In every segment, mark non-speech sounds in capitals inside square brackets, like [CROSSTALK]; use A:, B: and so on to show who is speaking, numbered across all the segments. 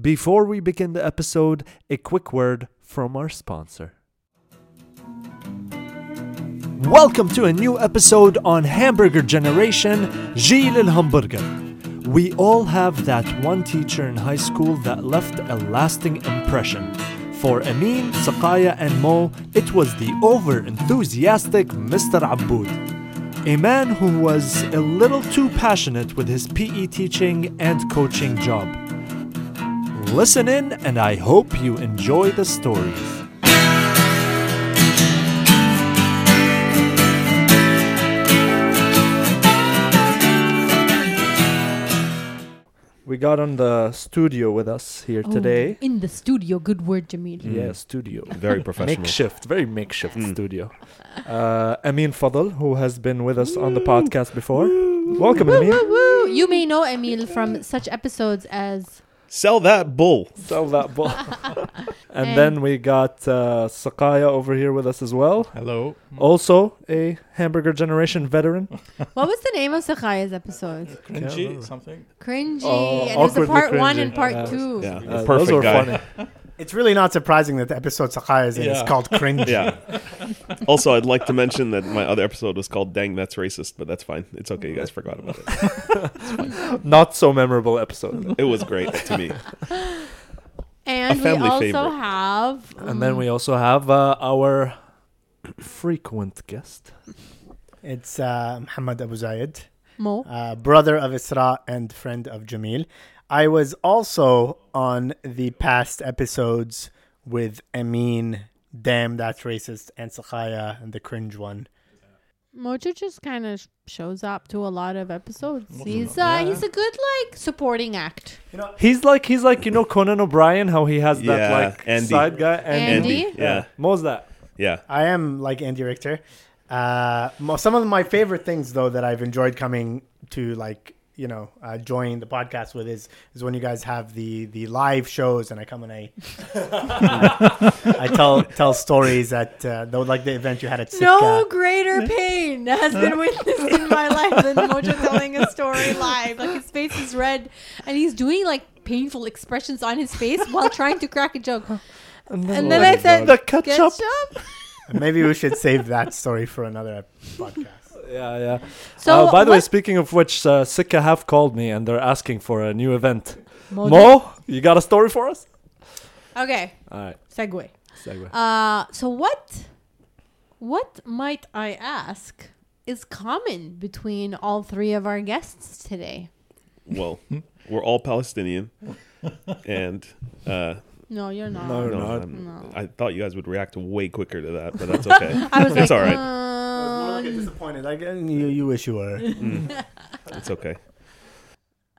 A: Before we begin the episode, a quick word from our sponsor. Welcome to a new episode on Hamburger Generation, Gilles el Hamburger. We all have that one teacher in high school that left a lasting impression. For Amin, Sakaya, and Mo, it was the over enthusiastic Mr. Aboud. A man who was a little too passionate with his PE teaching and coaching job. Listen in, and I hope you enjoy the stories. We got on the studio with us here
B: Oh,
A: today.
B: in the studio. Good word, Jamil.
A: Yeah, studio.
C: Mm. Very professional. Mm.
A: Makeshift, very makeshift studio. Uh, Amin Fadl, who has been with us on the podcast before. Welcome,
B: Woo,
A: Amin.
B: woo, woo. You may know Emil from such episodes as
C: Sell that bull.
A: Sell
C: [LAUGHS]
A: that ball. and
B: And-
A: then we got uh, Sakaya over here with us as well.
D: Hello.
A: Also a Hamburger Generation veteran. Uh,
B: what was the name of Sakaya's episode?
A: remember.
D: Cringy something.
B: Cringy.
A: Oh,
B: and it was a
A: awkwardly
B: part one
A: cringy.
B: and part
A: Yeah.
B: two.
C: Yeah,
A: Uh,
C: perfect
A: those are
C: guy.
A: funny.
E: It's really not surprising that the episode Sakai is in is
D: Yeah.
E: called Cringe.
C: [LAUGHS] [LAUGHS] Yeah. also, I'd like to mention that my other episode was called "Dang, That's Racist," but that's fine. It's okay. You guys forgot about it.
A: Not so memorable episode.
C: It was great to me.
B: And
C: A
B: we
C: family
B: also
C: favorite.
B: have
A: and then we also have uh, our frequent guest.
E: It's uh, Muhammad Abu Zayed,
B: Mo.
E: uh, brother of Isra and friend of Jamil. I was also on the past episodes with Amin, Damn That's Racist, and Sakaya, and the Cringe one.
B: Mojo just kind of shows up to a lot of episodes.
D: Mojo,
B: He's uh,
D: yeah.
B: he's a good like supporting act.
A: He's like he's like you know Conan O'Brien, how he has that
C: Yeah,
A: like
C: Andy.
A: side guy.
B: Andy?
C: Yeah.
A: Mo's that.
C: Yeah.
E: I am like Andy Richter. Uh, mo- some of my favorite things, though, that I've enjoyed coming to, like you know, uh, join the podcast with is is when you guys have the the live shows, and I come and I [LAUGHS] I tell tell stories at uh, the, like the event you had at Sitka.
B: No greater pain has been witnessed in my life than
A: [LAUGHS]
B: Mojo telling a story live. Like his face is red, and he's doing like painful expressions on his face while trying to crack a joke.
A: [LAUGHS]
B: And then I said,
A: the ketchup.
B: Ketchup?
E: Maybe we should save that story for another podcast.
A: Yeah, yeah.
B: So
A: uh, by the way,
B: what-
A: speaking of which, uh, Sika have called me and they're asking for a new event.
B: Mojo-
A: Mo, you got a story for us?
B: Okay,
A: All right,
B: segue.
A: segue.
B: Uh, so what? What might I ask is common between all three of our guests today?
C: Well, we're all Palestinian, and uh,
B: No, you're not.
A: No,
C: no,
A: not.
C: I'm-
B: No.
C: I thought you guys would react way quicker to that, but that's okay.
B: [LAUGHS] I was like,
C: it's all right.
B: um,
E: disappointed. Like you, you wish you were.
C: It's okay.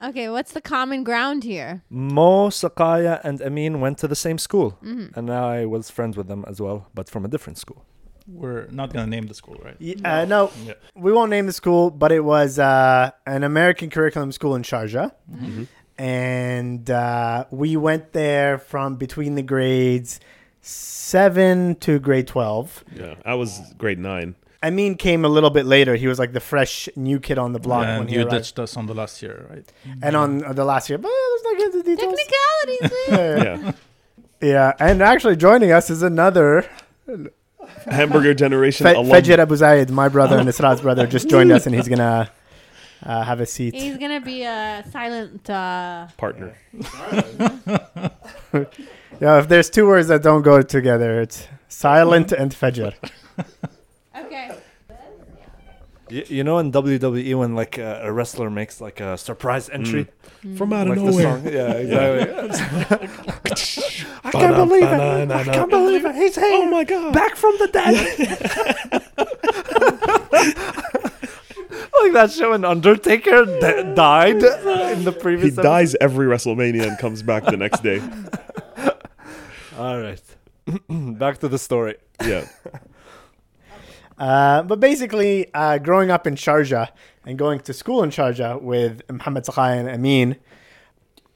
B: okay, what's the common ground here?
A: Mo, Sakaya, and Amin went to the same school,
B: Mm-hmm.
A: and now I was friends with them as well, but from a different school.
D: We're not gonna name the school, right?
E: Y- Uh, no,
D: Yeah.
E: we won't name the school, but it was uh, an American curriculum school in Sharjah. And uh, we went there from between the grades 7 to grade 12.
C: Yeah, I was grade nine.
E: Amin came a little bit later. He was like the fresh new kid on the block when
D: and
E: he
D: you
E: arrived.
D: ditched us on the last year, right?
E: And on uh, the last year, but let's not get into details.
B: Technicalities.
C: [LAUGHS]
B: man.
E: Yeah.
C: Yeah,
E: yeah, and actually joining us is another
C: hamburger generation.
E: Fe-
C: alum.
E: Fejid Abu Zayed, my brother and Isra's brother, just joined us, and he's gonna uh, have a seat.
B: He's gonna be a silent. Uh,
C: partner.
E: Yeah, if there's two words that don't go together, it's silent and
C: [LAUGHS]
E: fajr.
B: okay.
A: Y- you know, in WWE, when like uh, a wrestler makes like a surprise entry
D: Mm.
C: From out
A: like
C: of
A: the
C: nowhere.
A: song. Yeah, exactly. [LAUGHS]
E: I can't believe it.
C: Ba-da-ba-da-na-na.
E: I can't believe it. He's here.
C: Oh my god.
E: Back from the dead.
A: [LAUGHS] like that show, and Undertaker d- died in the
C: He
A: previous. episode.
C: dies every WrestleMania and comes back the next day.
A: All right, [CLEARS THROAT] back to the story.
C: Yeah.
E: Uh, but basically, uh, growing up in Sharjah and going to school in Sharjah with Muhammad Sakai and Amin,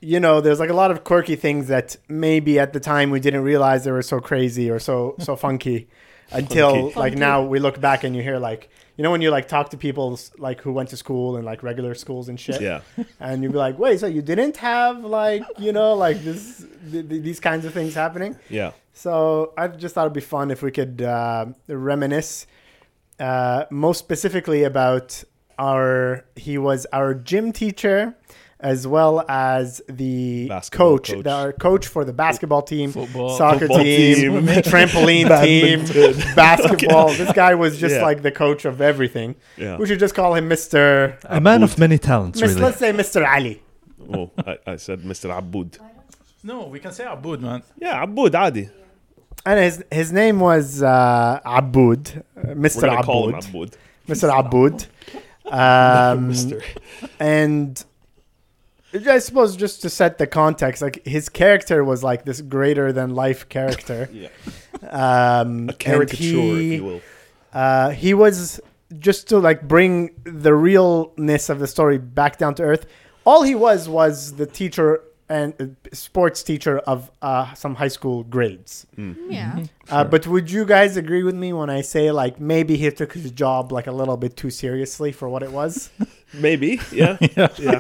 E: you know, there's like a lot of quirky things that maybe at the time we didn't
C: [LAUGHS]
E: realize they were so crazy or so so funky until
C: Funky.
E: like now we look back and you hear like, you you know when you like talk to people s- like who went to school and like regular schools and shit.
C: Yeah.
E: [LAUGHS] And you'd be like, wait, so you didn't have like you know like this th- th- these kinds of things happening.
C: Yeah.
E: So I just thought it'd be fun if we could uh, reminisce, uh, most specifically about our. He was our gym teacher, as well as the
C: Basketball
E: coach,
C: coach.
E: the- our coach for the basketball team,
D: Football.
E: soccer
C: Football
E: team,
C: team.
E: [LAUGHS] trampoline
C: [LAUGHS]
E: team, basketball. This guy was just
C: Yeah.
E: like the coach of everything.
C: Yeah.
E: We should just call him Mister.
A: A man of many talents,
E: Mis-
A: really.
E: let's say Mister Ali.
C: Oh, I, I said Mr. Abud.
D: No, we can say Abud, man.
C: Yeah, Abud, Adi.
E: And his his name was uh, Abud,
C: We're
E: Mister
C: gonna call him
E: Abud,
C: Abud.
E: Mister Abud.
C: [LAUGHS]
E: Um,
C: Mr.
E: and I suppose just to set the context, like his character was like this greater than life character.
C: Yeah. [LAUGHS]
E: Um,
C: A caricature, if you will.
E: uh, he was just to like bring the realness of the story back down to earth. All he was was the teacher and uh, sports teacher of uh, some high school grades.
C: Mm, Mm-hmm.
B: Yeah.
E: Uh, but would you guys agree with me when I say like maybe he took his job like a little bit too seriously for what it was?
C: Maybe, yeah, yeah,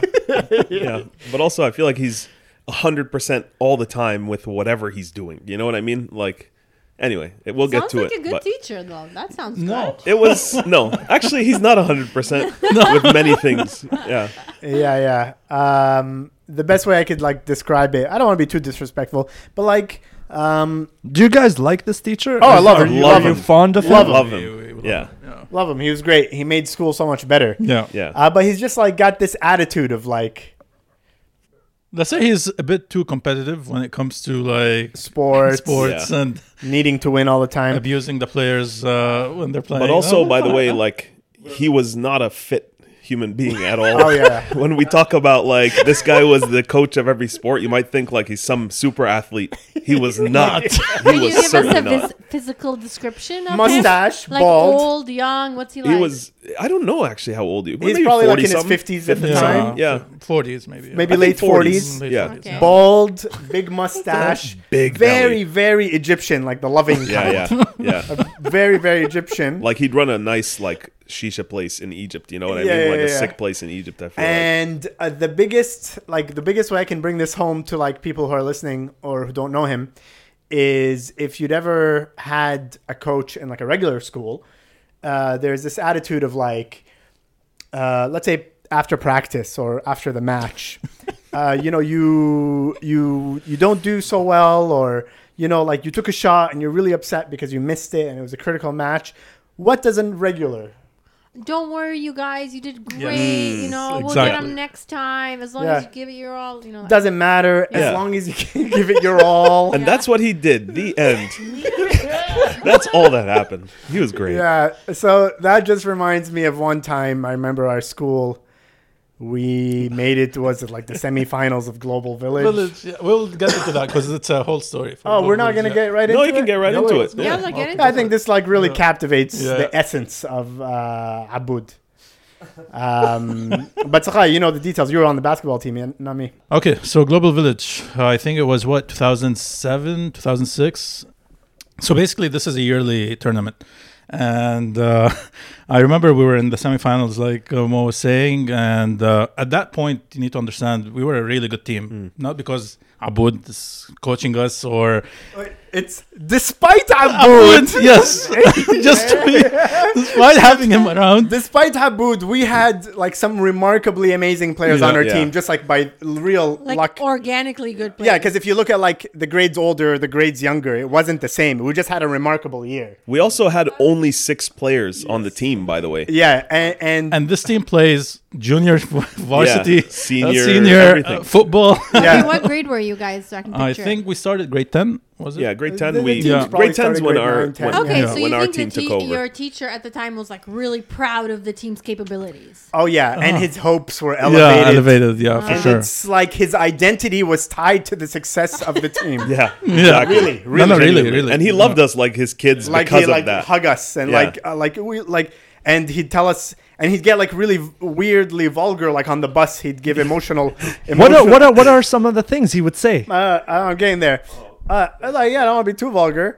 C: yeah. But also, I feel like he's hundred percent all the time with whatever he's doing. You know what I mean? Like, anyway, it, we'll
B: Sounds
C: get to
B: like
C: it.
B: a good
C: but
B: teacher, though. That sounds
D: No.
B: good.
C: it was no, actually, he's not hundred
B: [LAUGHS]
C: percent with many things. Yeah,
E: yeah, yeah. Um, the best way I could like describe it, I don't want to be too disrespectful, but like, um,
A: Do you guys like this teacher?
E: Oh, I
A: Are-
E: love
A: are
E: him,
A: you-
E: love
A: Are you
E: him.
A: fond of
E: Love
A: him?
C: love
D: We- we
C: him.
D: love
C: yeah,
D: him.
E: love him. He was great. He made school so much better.
D: Yeah. yeah.
C: yeah,
E: Uh, but he's just like got this attitude of like
D: Let's say he's a bit too competitive when it comes to like
E: sports,
D: sports
C: Yeah.
D: and
E: needing to win all the time.
D: abusing the players uh, when they're playing.
C: But also,
D: Oh,
C: by the way, like he was not a fit human being at all. [LAUGHS]
E: Oh, yeah.
C: when we talk about like this guy was the coach of every sport, you might think like he's some super athlete. He was not. he
B: Can you
C: was
B: give us a
C: certainly
B: vis-
C: not.
B: physical description of him?
E: Mustache,
B: Like
E: bald.
B: old, young. What's he like?
C: He was. I don't know actually how old he. was.
E: He's
C: Maybe
E: probably like
C: 40
E: in his
C: something?
E: fifties at the
C: Yeah.
E: time.
C: Yeah.
D: forties maybe. yeah.
E: Maybe
C: I think
E: late
C: 40s.
E: forties.
D: Late
C: Yeah.
D: 40s,
B: Okay.
E: Bald, big mustache,
C: Big belly.
E: very, very Egyptian, like the loving kind.
C: Yeah,
B: [LAUGHS]
C: yeah, yeah.
E: [LAUGHS] Very, very Egyptian.
C: like he'd run a nice like shisha place in Egypt. You know what I
E: Yeah,
C: mean? Like
E: yeah,
C: a
E: yeah.
C: sick place in Egypt. I feel
E: And uh, the biggest, like the biggest way I can bring this home to like people who are listening or who don't know him, is if you'd ever had a coach in like a regular school, uh, there's this attitude of like, uh, let's say after practice or after the match,
C: [LAUGHS]
E: uh, you know, you you you don't do so well, or you know, like you took a shot and you're really upset because you missed it and it was a critical match. What does a regular
B: Don't worry, you guys. You did
D: Yeah.
B: great.
C: Mm,
B: You know, we'll get
D: exactly.
B: him next time as long
E: Yeah.
B: as you give it your all. You know,
E: doesn't matter as
C: Yeah.
E: long as you can [LAUGHS] give it your all.
C: like. [LAUGHS] And that's what he did. The
E: [LAUGHS]
C: end. that's all that happened. He was great.
E: Yeah, so that just reminds me of one time I remember our school. We made it was it like the semifinals of Global Village.
D: Village, yeah, we'll get into that because it's a whole story. for
E: Oh, we're not
D: Village,
E: gonna
D: yeah.
E: get right
C: No,
E: into
C: you can
E: it?
C: get right
E: No,
C: into
E: wait.
C: it.
B: yeah, look at it.
E: I think this like really captivates
D: Yeah.
E: the essence of uh, Abud. Um, but Sakha, you know the details. You were on the basketball team, yeah, not me.
D: Okay, so Global Village, uh, I think it was what 2007, 2006. So basically, this is a yearly tournament, and uh, [LAUGHS] I remember we were in the semifinals, like uh, Mo was saying, and uh, at that point, you need to understand we were a really good
C: Hmm.
D: team, not because Abud is coaching us or
E: It's despite Abud,
D: Abud, [LAUGHS] yes, just to be, [LAUGHS] despite having him around.
E: despite Abud, we had like some remarkably amazing players
D: Yeah.
E: on our
C: Yeah.
E: team, just like by real
B: like
E: luck.
B: organically good. Players.
E: Yeah, because if you look at like the grades older, the grades younger, it wasn't the same. We just had a remarkable year.
C: We also had only six players on the team, by the way.
E: Yeah, and, and,
D: And this team plays junior [LAUGHS] varsity, uh,
C: senior,
D: senior uh,
C: everything.
D: football. [LAUGHS]
B: Okay,
E: yeah,
B: what grade were you guys? So I can picture.
D: I think we started grade 10, was it?
C: Yeah, grade ten.
E: The- the
C: we
E: teams
D: Yeah.
E: probably
C: grade ten's
E: started
C: when
E: grade
C: our
E: nine, 10.
C: when,
B: Okay,
D: Yeah.
B: so you
C: when our
B: think
C: team
B: the
C: took
B: te-
C: over.
B: your teacher at the time was like really proud of the team's capabilities.
E: oh yeah, and his hopes were elevated.
D: Yeah, elevated. Yeah, for
E: And
D: sure.
E: it's like his identity was tied to the success of the team. [LAUGHS]
C: yeah,
D: yeah,
C: exactly.
E: Really, really.
D: no, really,
C: Genuinely.
D: really.
C: And he loved us like his kids
E: like
C: because
E: he'd like
C: of that.
E: hug us and
C: Yeah.
E: like uh, like we like and he'd tell us and he'd get like really v- weirdly vulgar like on the bus he'd give emotional.
A: What
E: emotional
A: are, what are what are some of the things he would say?
E: uh, I'm getting there. Uh, I'm like, yeah, I don't want to be too vulgar.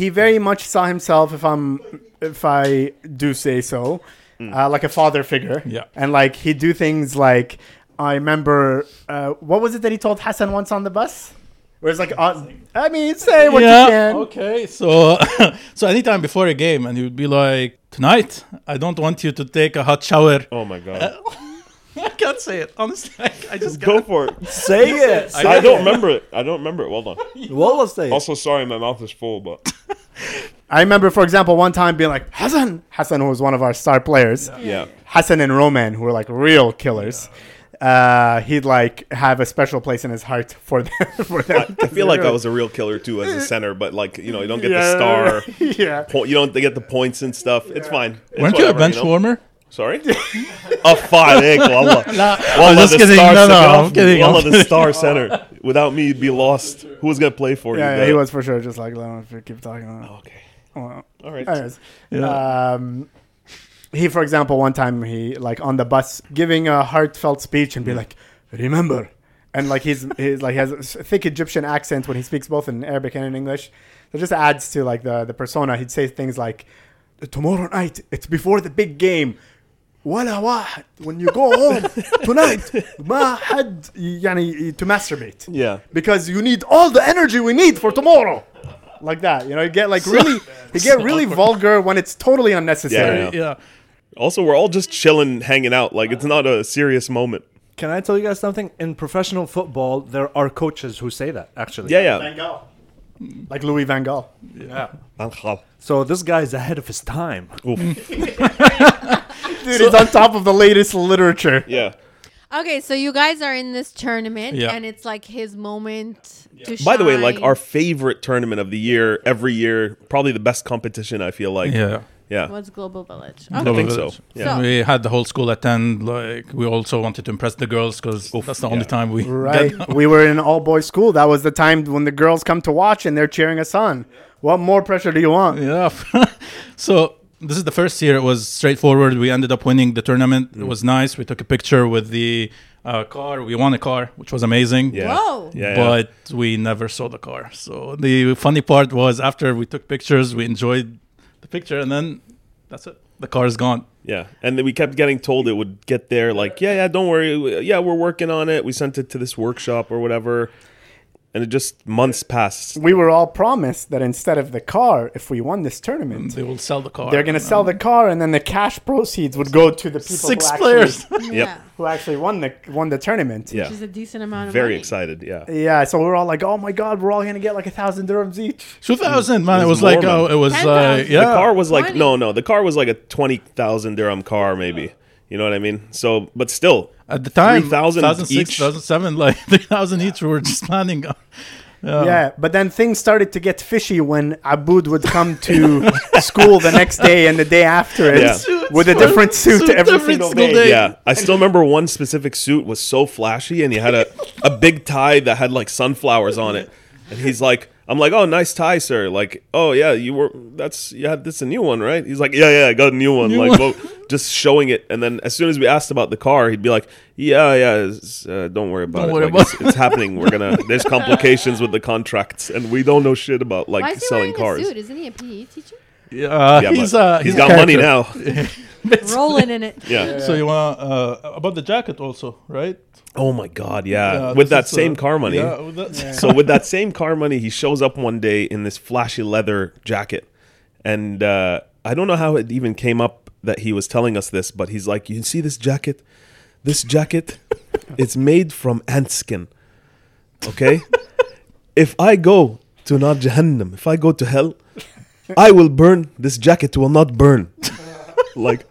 E: he very much saw himself, if I'm, if I do say so, uh, like a father figure.
D: Yeah.
E: and like he'd do things like I remember, uh, what was it that he told Hassan once on the bus? Where it's like, on, I mean, say what you can.
D: Okay. So, [LAUGHS] so anytime before a game, and he would be like, "Tonight, I don't want you to take a hot shower."
C: Oh my
E: [LAUGHS]
C: god.
D: I can't say it. Honestly, I just
C: Go for it.
A: Say it.
C: I
E: [LAUGHS]
C: don't remember it. I don't remember it. Well done.
A: Wallah, say it.
C: Also, sorry, my mouth is full,
B: [LAUGHS]
C: but
E: I remember, for example, one time being like Hassan. Hassan, who was one of our star players, [LAUGHS]
C: yeah.
E: Hassan and Roman, who were like real killers. Uh, he'd like have a special place in his heart for them. [LAUGHS] For them
C: I feel like I was a real killer too
E: [LAUGHS]
C: as a center, but like you know, you don't get
E: Yeah.
C: the
E: [LAUGHS]
C: star.
E: yeah.
C: po- You don't get the points and stuff. It's fine. It's
D: Weren't you a
C: whatever,
D: bench
C: know?
D: warmer?
C: Sorry. Oh, a fine egg. Wallah.
D: [LAUGHS] I'm
C: Wallah,
D: just
C: the
D: kidding.
C: star
D: No, no,
C: center.
D: I'm kidding. I'm
C: Wallah, the
D: kidding.
C: star center. Without me, you'd be lost. Who was gonna play for you?
E: Yeah, yeah,
C: The- Oh,
E: he was for sure just like, I don't know if keep talking about it.
C: Okay.
E: Well,
C: All right.
E: anyways. Um, he, for example, one time he like on the bus giving a heartfelt speech and be like, "Remember," and like he's, he's like he has a s- thick Egyptian accent when he speaks both in Arabic and in English. That just adds to like the the persona. He'd say things like, "Tomorrow night, it's before the big game." ولا واحد when you go home tonight ما حد يعني to masturbate
C: Yeah.
E: because you need all the energy we need for tomorrow. Like that, you know, you get like really, you get [LAUGHS] really vulgar when it's totally unnecessary.
C: Yeah,
D: Yeah.
C: Also, we're all just chilling, hanging out. Like it's not a serious moment.
A: Can I tell you guys something? In professional football, there are coaches who say that, actually.
C: Yeah, yeah.
E: Gogh, like Louis Van Gaal.
A: Yeah.
C: Al-Khal.
A: So this guy is ahead of his time.
C: Oof.
E: Dude, he's on top of the latest literature.
C: Yeah.
B: Okay, so you guys are in this tournament,
D: Yeah.
B: and it's like his moment to shine.
C: By the way, like our favorite tournament of the year, every year, probably the best competition. I feel like.
D: Yeah.
C: Yeah.
B: was Global Village.
C: I
B: Okay.
C: think so.
D: Village.
C: Yeah.
B: So-
D: We had the whole school attend. Like we also wanted to impress the girls because that's the only
C: yeah.
D: time we
E: Right. we were in all boys school. That was the time when the girls come to watch and they're cheering us on. What more pressure do you want?
D: Yeah. [LAUGHS] so this is the first year. It was straightforward. We ended up winning the tournament.
C: Mm.
D: It was nice. We took a picture with the uh, car. We won a car, which was amazing.
C: Yeah.
B: Whoa.
C: Yeah. yeah.
D: But we never saw the car. So the funny part was after we took pictures, we enjoyed the picture, and then that's it. The car is gone.
C: Yeah, and then we kept getting told it would get there. Like, yeah, yeah, don't worry. We- Yeah, we're working on it. We sent it to this workshop or whatever, and it just months passed.
E: We were all promised that instead of the car, if we won this tournament,
D: They will sell the car. Um,
E: they're gonna sell the car and then the cash proceeds would go to the people
D: six
E: who actually,
D: players. [LAUGHS]
C: Yep.
E: who actually won the won the tournament.
C: Yeah,
B: Which is a decent amount of
C: very
B: money.
C: excited. Yeah,
E: Yeah, so we are all like, "Oh my god, we're all gonna get like a thousand dirhams each."
D: Two thousand man. It
C: It was
D: was like
C: more,
D: uh,
C: man.
D: it was
B: Ten
D: uh,
B: thousand.
D: yeah.
C: the car was like
B: Money.
C: no, no. The car was like a twenty thousand dirham car, maybe. You know what I mean? So, but still,
D: at the time
C: 3,000
D: 2006,
C: each.
D: 2007, [LAUGHS] like three thousand each. We were just planning. on-
C: Oh.
E: Yeah, but then things started to get fishy when Aboud would come
C: [LAUGHS]
E: to school the next day and the day after it
C: Yeah.
E: with a different suit,
D: suit
E: every,
D: every
E: single
D: single
E: day.
D: [LAUGHS] day.
C: yeah. I still remember one specific suit was so flashy, and he had a a big tie that had like sunflowers on it, and he's like. I'm like, oh, nice tie, sir. Like, oh yeah, you were. That's yeah, that's a new one, right? He's like, yeah, yeah, I got a new one. like, well, just showing it, and then as soon as we asked about the car, he'd be like, yeah, yeah, it's, uh, don't worry about
D: Don't
C: it.
D: worry
C: Like,
D: about
C: it's, it's happening. We're
D: [LAUGHS]
C: gonna. There's complications with the contracts, and we don't know shit about like
B: Why is he
C: selling
B: wearing
C: cars.
B: a suit? Isn't he a PE
C: [LAUGHS]
B: teacher?
D: Yeah,
C: Yeah,
D: [LAUGHS] he's
C: but
D: uh,
C: he's
D: a
C: got money
D: character.
C: now. [LAUGHS]
B: Rolling in it.
C: Yeah.
D: [LAUGHS] So you want uh, about the jacket also, right?
C: Oh my god, yeah.
D: Yeah,
C: with
D: this
C: that
D: is,
C: same
D: uh,
C: car money.
D: yeah, with that- Yeah.
C: So with that same car money, he shows up one day in this flashy leather jacket, and uh, I don't know how it even came up that he was telling us this, but he's like, "You see this jacket? This jacket, it's made from ant skin. Okay, if I go to not Jahannam, if I go to hell, I will burn. This jacket will not burn." [LAUGHS] like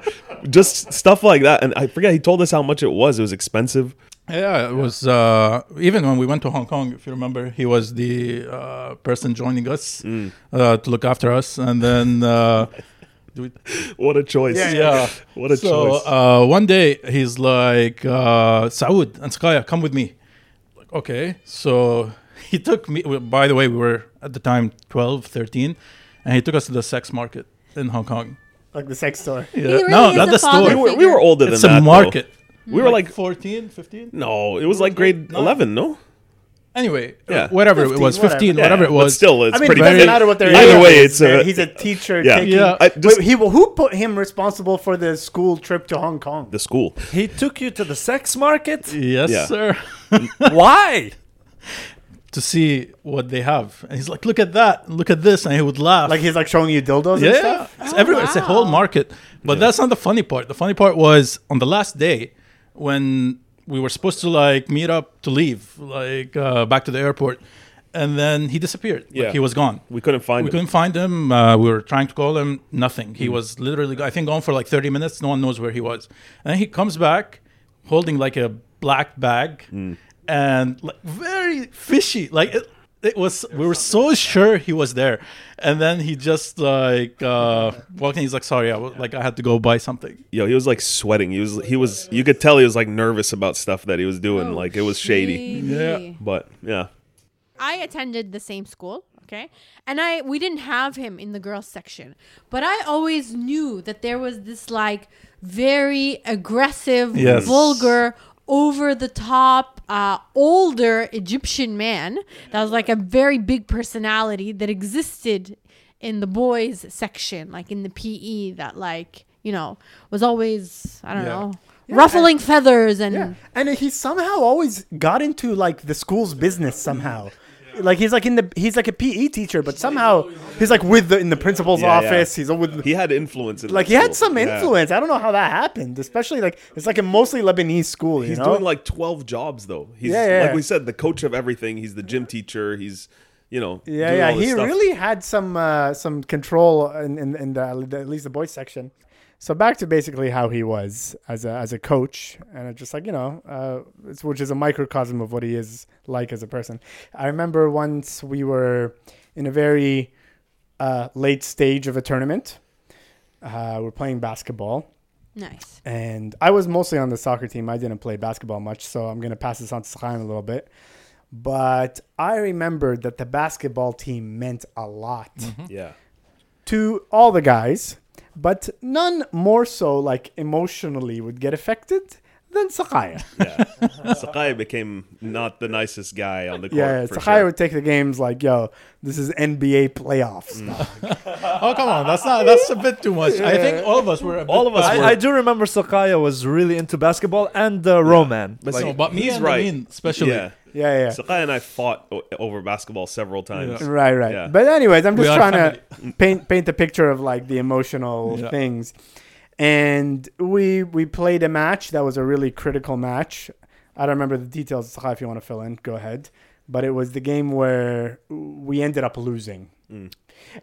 C: just stuff like that and i forget he told us how much it was it was expensive
D: Yeah, it was uh, even when we went to Hong Kong. If you remember, he was the uh, person joining us
C: Mm.
D: uh, to look after us, and then. Uh, do we-
C: [LAUGHS] What a choice.
D: yeah.
C: [LAUGHS] What a
D: so,
C: choice.
D: Uh, one day he's like, uh, Saud and Skaya, come with me. Like, okay. So [LAUGHS] he took me, well, by the way, we were at the time 12, 13, and he took us to the sex market in Hong Kong.
E: Like the sex store.
D: Yeah.
B: really
D: no,
B: is
D: not
B: a
D: the
B: father
C: we,
D: store.
B: figure.
C: were, we were older than
D: It's a
C: that. though.
D: market.
C: We were like,
D: 14, 15?
C: no, it was like grade
D: Nine.
C: 11, no?
D: Anyway, uh,
C: Yeah.
D: whatever it
E: 15,
D: was, fifteen, whatever,
E: whatever.
D: it
C: but
D: was.
C: still, it's
E: I mean, it
C: pretty.
E: doesn't
C: big.
E: matter what their
C: Either
E: age
C: way,
E: is,
C: it's
E: man.
C: a,
E: he's a teacher
C: yeah.
E: taking.
D: Yeah.
C: I just-
E: Wait, he who put him responsible for the school trip to Hong Kong?
C: the school.
A: He took you to the sex
C: [LAUGHS]
A: market?
D: yes,
C: Yeah.
D: sir. [LAUGHS]
A: Why?
D: to see what they have, and he's like, "Look at that! Look at this!" And he would laugh.
E: Like he's like showing you dildos and
D: yeah,
E: stuff. Oh,
D: it's everywhere. It's a whole market. But that's not the funny part. The funny part was on the last day when we were supposed to like meet up to leave, like uh, back to the airport, and then he disappeared. Like,
C: Yeah.
D: he was gone.
C: We couldn't find
D: We
C: him.
D: couldn't find him. Uh, we were trying to call him. Nothing. He was literally, I think, gone for like 30 minutes. No one knows where he was. And he comes back holding like a black bag and like very fishy. Like it, it was, we were so sure he was there. And then he just like uh, walked in. He's like, sorry, I w- like I had to go buy something.
C: Yo, he was like sweating. He was he was you could tell he was like nervous about stuff that he was doing.
B: Oh,
C: like it was shady.
B: shady.
C: But yeah.
B: I attended the same school, okay? And I we didn't have him in the girls section. But I always knew that there was this like very aggressive,
D: Yes.
B: vulgar, over the top, uh, older Egyptian man that was like a very big personality that existed in the boys section, like in the PE that like, you know, was always I don't
D: Yeah.
B: know, ruffling feathers and
E: Yeah, and he somehow always got into like the school's business somehow. Like he's like in the he's like a PE teacher, but somehow he's like with the in the principal's
C: Yeah, yeah.
E: office. He's all with
C: He had influence in
E: like
C: that
E: he had
C: school.
E: some
C: Yeah.
E: influence. I don't know how that happened, especially like it's like a mostly Lebanese school. You
C: He's
E: know?
C: doing like twelve jobs though. He's
E: Yeah, yeah,
C: like
E: yeah.
C: we said, the coach of everything. He's the gym teacher. He's you know
E: Yeah,
C: doing
E: yeah,
C: all this
E: he
C: stuff.
E: really had some uh, some control in in, in the, the- at least the boys section. So back to basically how he was as a as a coach, and it's just like you know, uh, it's, which is a microcosm of what he is like as a person. I remember once we were in a very uh, late stage of a tournament. Uh, we're playing basketball,
B: nice.
E: and I was mostly on the soccer team. I didn't play basketball much, so I'm gonna pass this on to Schaim a little bit. But I remembered that the basketball team meant a lot
C: yeah.
E: to all the guys, but none more so like emotionally would get affected
C: [LAUGHS]
E: than Sakaya.
C: Yeah. Sakai became not the nicest guy on the court.
E: yeah,
C: for
E: Sakaya
C: sure.
E: would take the games like, "Yo, this is NBA playoffs."
C: Mm.
D: Oh, come on. That's not, that's a bit too much. I think all of us were. A bit
C: All of us
D: I-
C: were.
A: I, I do remember Sokaya was really into basketball and uh, Roman.
C: But
D: I-
C: like,
D: no, but me
C: he's
D: and
C: right.
D: Amin especially.
C: Yeah.
E: Yeah, yeah.
C: Sakai and I fought o- over basketball several times.
D: Yeah.
E: Right, right.
C: Yeah.
E: But anyways, I'm
D: We
E: just
D: are
E: trying to paint paint the picture of like the emotional
D: Yeah.
E: things. And we we played a match that was a really critical match. I don't remember the details. Saha, If you want to fill in, go ahead. But it was the game where we ended up losing,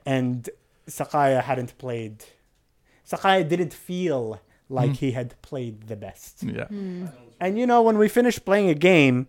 E: and Sakaya hadn't played. Sakaya didn't feel like he had played the best.
D: Yeah.
E: And you know, when we finish playing a game,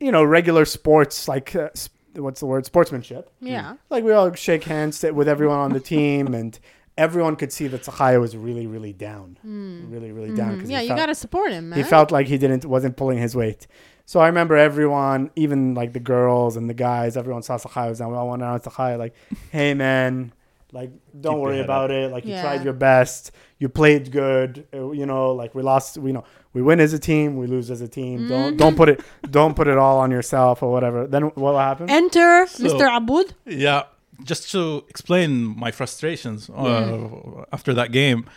E: you know, regular sports like uh, sp- what's the word, sportsmanship.
B: Yeah.
E: Like we all shake hands sit with everyone on the team, and everyone could see that Sakaya was really, really down, really, really down. 'cause
B: Hmm. Mm-hmm. Yeah,
E: he
B: you
E: felt,
B: got to support him, man.
E: He felt like he didn't wasn't pulling his weight. So I remember everyone, even like the girls and the guys, everyone saw Sakaya was down. We all went around to Sakaya like, "Hey, man." Like, don't
C: your
E: worry
C: head
E: about it. Like, you
B: Yeah.
E: tried your best. You played good. Uh, You know, like we lost. We you know we win as a team. We lose as a team.
B: Mm-hmm.
E: Don't don't put it don't put it all on yourself or whatever. Then what happened?
B: Enter
D: So-
B: Mr. Aboud.
D: Yeah, just to explain my frustrations uh, after that game.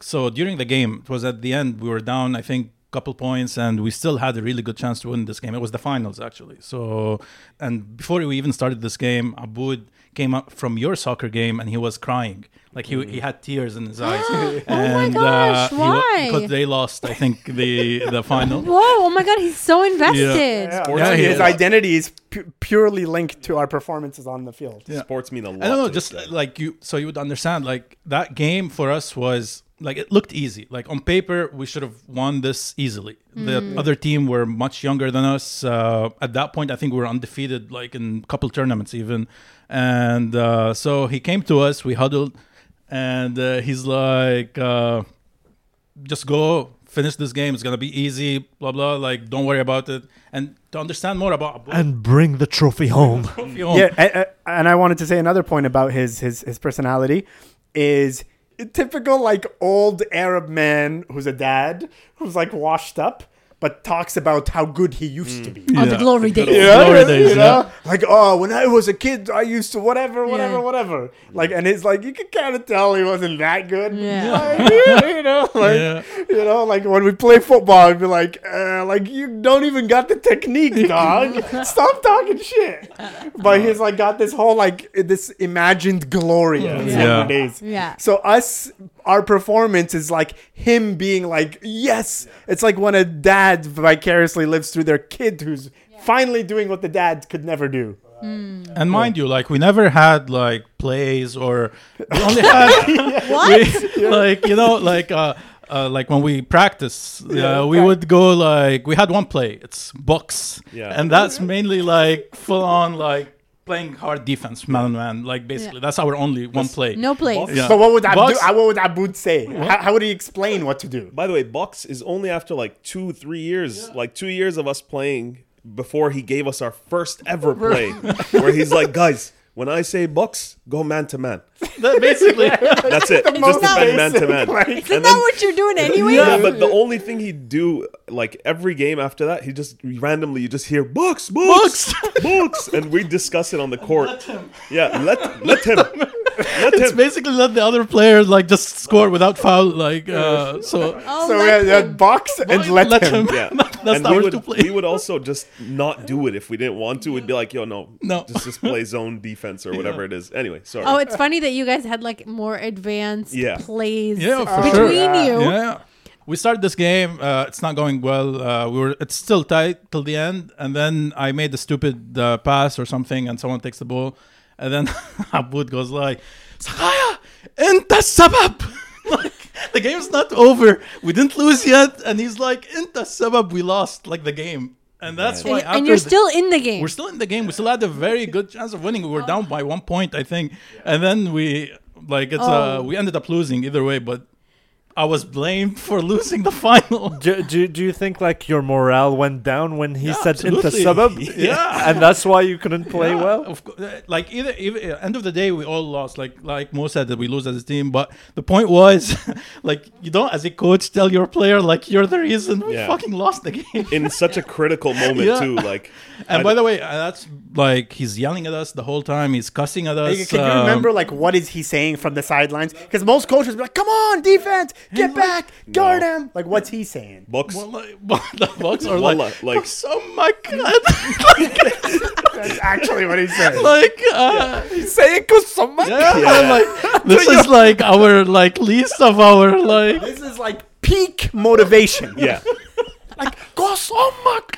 D: So during the game, it was at the end we were down, I think, couple points, and we still had a really good chance to win this game. It was the finals actually. So, and before we even started this game, Aboud came up from your soccer game and he was crying, like he he had tears in his
B: [GASPS]
D: eyes. oh
B: Mm-hmm. my gosh,
D: he wa-
B: why?
D: because they lost, I think, the the final.
B: Whoa, oh my god, he's so invested.
E: Yeah,
C: Sports
E: yeah,
D: media.
E: his identity is pu- purely linked to our performances on the field.
D: Yeah.
C: Sports mean a lot.
D: I don't know,
C: to this
D: just uh,
C: guy.
D: like you, so you would understand. Like that game for us was like it looked easy. Like on paper, we should have won this easily. The other team were much younger than us. Uh, at that point, I think we were undefeated, like in a couple tournaments even. And uh, so he came to us. We huddled, and uh, he's like. Uh, just go finish this game it's gonna be easy blah blah like don't worry about it and to understand more about
A: And bring the trophy
C: [LAUGHS]
A: home.
E: Yeah, a- a- and I wanted to say another point about his his his personality is a typical like old Arab man who's a dad who's like washed up. but talks about how good he used to be.
B: On the
D: Yeah.
B: glory days.
D: Yeah. Glory days,
E: you know? Like, oh, when I was a kid, I used to whatever, whatever,
B: Yeah.
E: whatever. Like, and it's like you can kind of tell he wasn't that good.
B: Yeah.
E: Like, [LAUGHS] you know, like
D: Yeah.
E: you know, like when we play football, I'd be like, uh, like you don't even got the technique, dog. Stop talking shit. But he's like got this whole like this imagined glory of his
D: Yeah.
E: younger
D: Yeah.
E: days.
B: Yeah.
E: So us, our performance is like him being like, yes. It's like when a dad vicariously lives through their kid who's finally doing what the dad could never do.
D: And mind you, like we never had like plays or we only had [LAUGHS]
B: What?
D: like you know like uh, uh like when we practice, uh, we
E: right.
D: would go like we had one play. It's box,
C: Yeah.
D: and that's mainly like full on like playing hard defense, man on man. Like basically, that's our only one play.
B: No place.
D: Yeah.
E: So what would Abud,
D: Box-
E: uh, what would Abud say? How, how would he explain what to do?
C: By the way, Bucks is only after like two, three years, like two years of us playing before he gave us our first ever play, where he's like, guys, when I say Bucks, go man to man.
D: That basically.
C: That's it. Just
E: most
C: defend man to man.
E: basic, like-
C: And
B: Isn't
C: then-
B: that what you're doing anyway?
C: yeah, but the only thing he'd do, like every game after that, he just randomly you just hear books, books, books, and we discuss it on the court. Yeah, let let him, let
D: [LAUGHS] It's
C: him.
D: basically let the other player like just score without foul, like uh, so.
B: Oh,
E: So
B: let
E: yeah, yeah,
B: him.
E: box and let, him.
D: [LAUGHS]
C: Yeah,
D: That's
C: and
D: the
C: we
D: hour
C: would
D: to play.
C: we would
D: [LAUGHS]
C: also just not do it if we didn't want to. We'd be like, yo, no,
D: No.
C: just
D: [LAUGHS]
C: just play zone defense or whatever it is. Anyway, sorry.
B: Oh, it's funny that you guys had like more advanced
C: Yeah.
B: plays
D: Yeah, for
B: between
D: sure.
B: you.
D: Yeah. We started this game. Uh, it's not going well. Uh, we were. It's still tight till the end, and then I made the stupid uh, pass or something, and someone takes the ball, and then [LAUGHS] Abud goes like, "Sakaya, inta sabab." [LAUGHS] like the game's not over. We didn't lose yet, and he's like, "Inta sabab, we lost like the game." And that's why.
B: And,
D: after
B: and you're
D: the-
B: still in the game.
D: we're still in the game. We still had a very good chance of winning. We were down by one point, I think, and then we like it's uh
B: Oh.
D: we ended up losing either way. But I was blamed [LAUGHS] for losing the final.
A: Do, do, do you think like your morale went down when he said
D: absolutely.
A: into
C: [LAUGHS]
A: suburb? [LAUGHS]
D: Yeah.
A: and that's why you couldn't play
D: Yeah,
A: well.
D: of course. Like either, either uh, end of the day, we all lost. Like like Mo said that we lose as a team. But the point was, [LAUGHS] like you don't as a coach tell your player like you're the reason we
C: Yeah.
D: fucking lost the game.
C: in such a critical moment
D: Yeah.
C: too,
D: [LAUGHS]
C: like.
D: And
C: I-
D: by the way, uh, that's like he's yelling at us the whole time. He's cussing at us.
E: Like, can you
D: um,
E: remember like what is he saying from the sidelines? Because most coaches be like, "Come on, defense, get back, guard
C: No.
E: him." Like, what's he saying?
C: Bucks,
D: Well, [LAUGHS] like, the box are
C: Wallah,
D: like,
C: like-
D: like, oh my god, [LAUGHS]
E: That's actually what he's saying.
D: like, uh,
E: he's saying "Cause so much."
D: [LAUGHS] yeah,
C: [LAUGHS]
D: like, this is like our like least of our
C: [LAUGHS]
D: like.
E: This is like peak motivation. [LAUGHS]
C: yeah,
E: like "Go so
C: oh
E: much."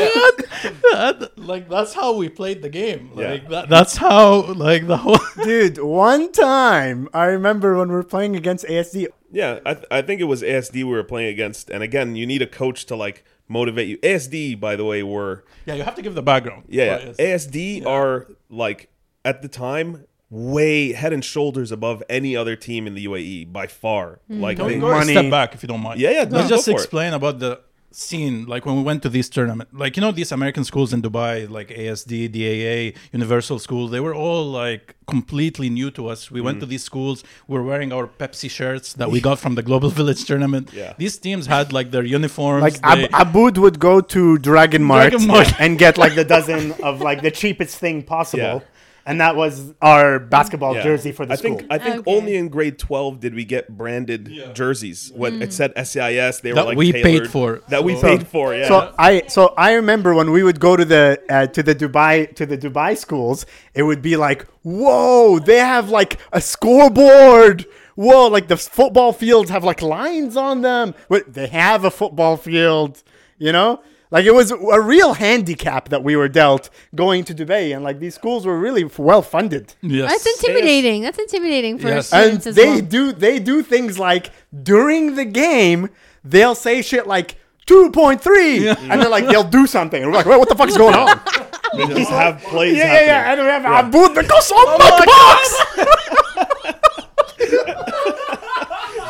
D: That- like that's how we played the game.
C: Yeah.
D: Like that, that's how like
C: [LAUGHS]
D: the whole. [LAUGHS]
E: Dude, one time I remember when we were playing against ASD.
C: yeah. I, th- I think it was ASD we were playing against, and again, you need a coach to like motivate you. ASD, by the way, were
D: Yeah, you have to give the background.
C: Yeah,
D: But it's-
C: ASD are like at the time way head and shoulders above any other team in the UAE by far.
D: Mm-hmm.
C: Like they,
D: Go a
E: money.
D: step back if you don't mind.
C: Yeah, yeah, no,
D: Let's just
C: go for it.
D: explain about the scene, like when we went to these tournament. Like you know, these American schools in Dubai, like ASD, DAA, Universal School, they were all like completely new to us. We
C: Mm-hmm.
D: went to these schools. We were wearing our Pepsi shirts that we got from the Global [LAUGHS] Village tournament.
C: Yeah.
D: These teams had like their uniforms.
E: Like
D: they-
E: Ab- Abud would go to Dragon Mart,
D: Dragon Mart.
E: [LAUGHS] and get like the dozen of like the cheapest thing possible,
C: Yeah.
E: and that was our basketball
C: yeah.
E: jersey for the
C: I
E: school.
C: think I think
B: Okay.
C: only in grade twelve did we get branded jerseys. When it said SEIS, E they
D: That
C: were like
D: we paid
C: tailored.
D: for.
C: That we
D: So-
C: paid for. Yeah.
E: So I so I remember when we would go to the uh, to the Dubai to the Dubai schools, it would be like, whoa, they have like a scoreboard. Whoa, like the football fields have like lines on them. Wait, they have a football field, you know. Like it was a real handicap that we were dealt going to Dubai, and like these schools were really well funded.
D: yes.
B: That's intimidating. That's intimidating for
D: Yes.
E: and
B: students as
E: they
B: well.
E: do they do things like during the game they'll say shit like 2.3 and they're like they'll do something and we're like well, what the fuck's going on
C: they
E: [LAUGHS]
C: just have plays.
E: yeah yeah
C: happening.
E: yeah and we have yeah. Abu the Kosovo
D: Oh
E: box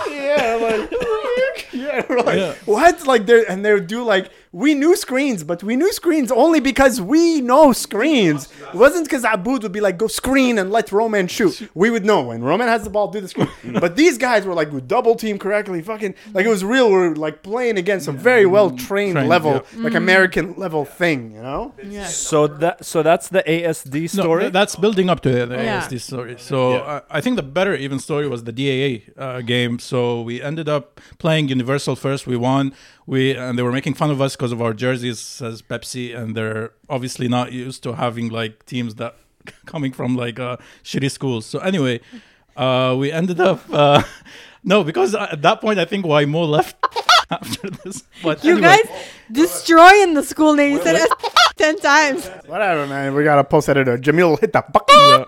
E: [LAUGHS] yeah like yeah, we're like,
D: Yeah.
E: what like they are and they do like we knew screens, but we knew screens only because we know screens. It wasn't because Aboud would be like, go screen and let Roman shoot. We would know when Roman has the ball, do the screen.
D: Mm.
E: but these guys were like, we double team correctly, fucking like it was real. We were like playing against some very well trained
D: Trained,
E: level,
D: yeah.
E: like American level thing, you know?
F: So that so that's the ASD
D: No,
F: story.
D: th- that's building up to the, the
B: Yeah.
D: ASD story. So uh, I think the better even story was the DAA uh, game. So we ended up playing Universal first. We won. We and they were making fun of us because of our jerseys says Pepsi, and they're obviously not used to having like teams that [LAUGHS] coming from like uh, shitty schools. So anyway, uh, we ended up. Uh, [LAUGHS] no, because at that point I think why Mo left [LAUGHS] after this. But
B: You
D: anyway.
B: guys destroying the school name. You said it [LAUGHS] ten times.
E: Whatever, man. We got a post editor. Jamil hit the button.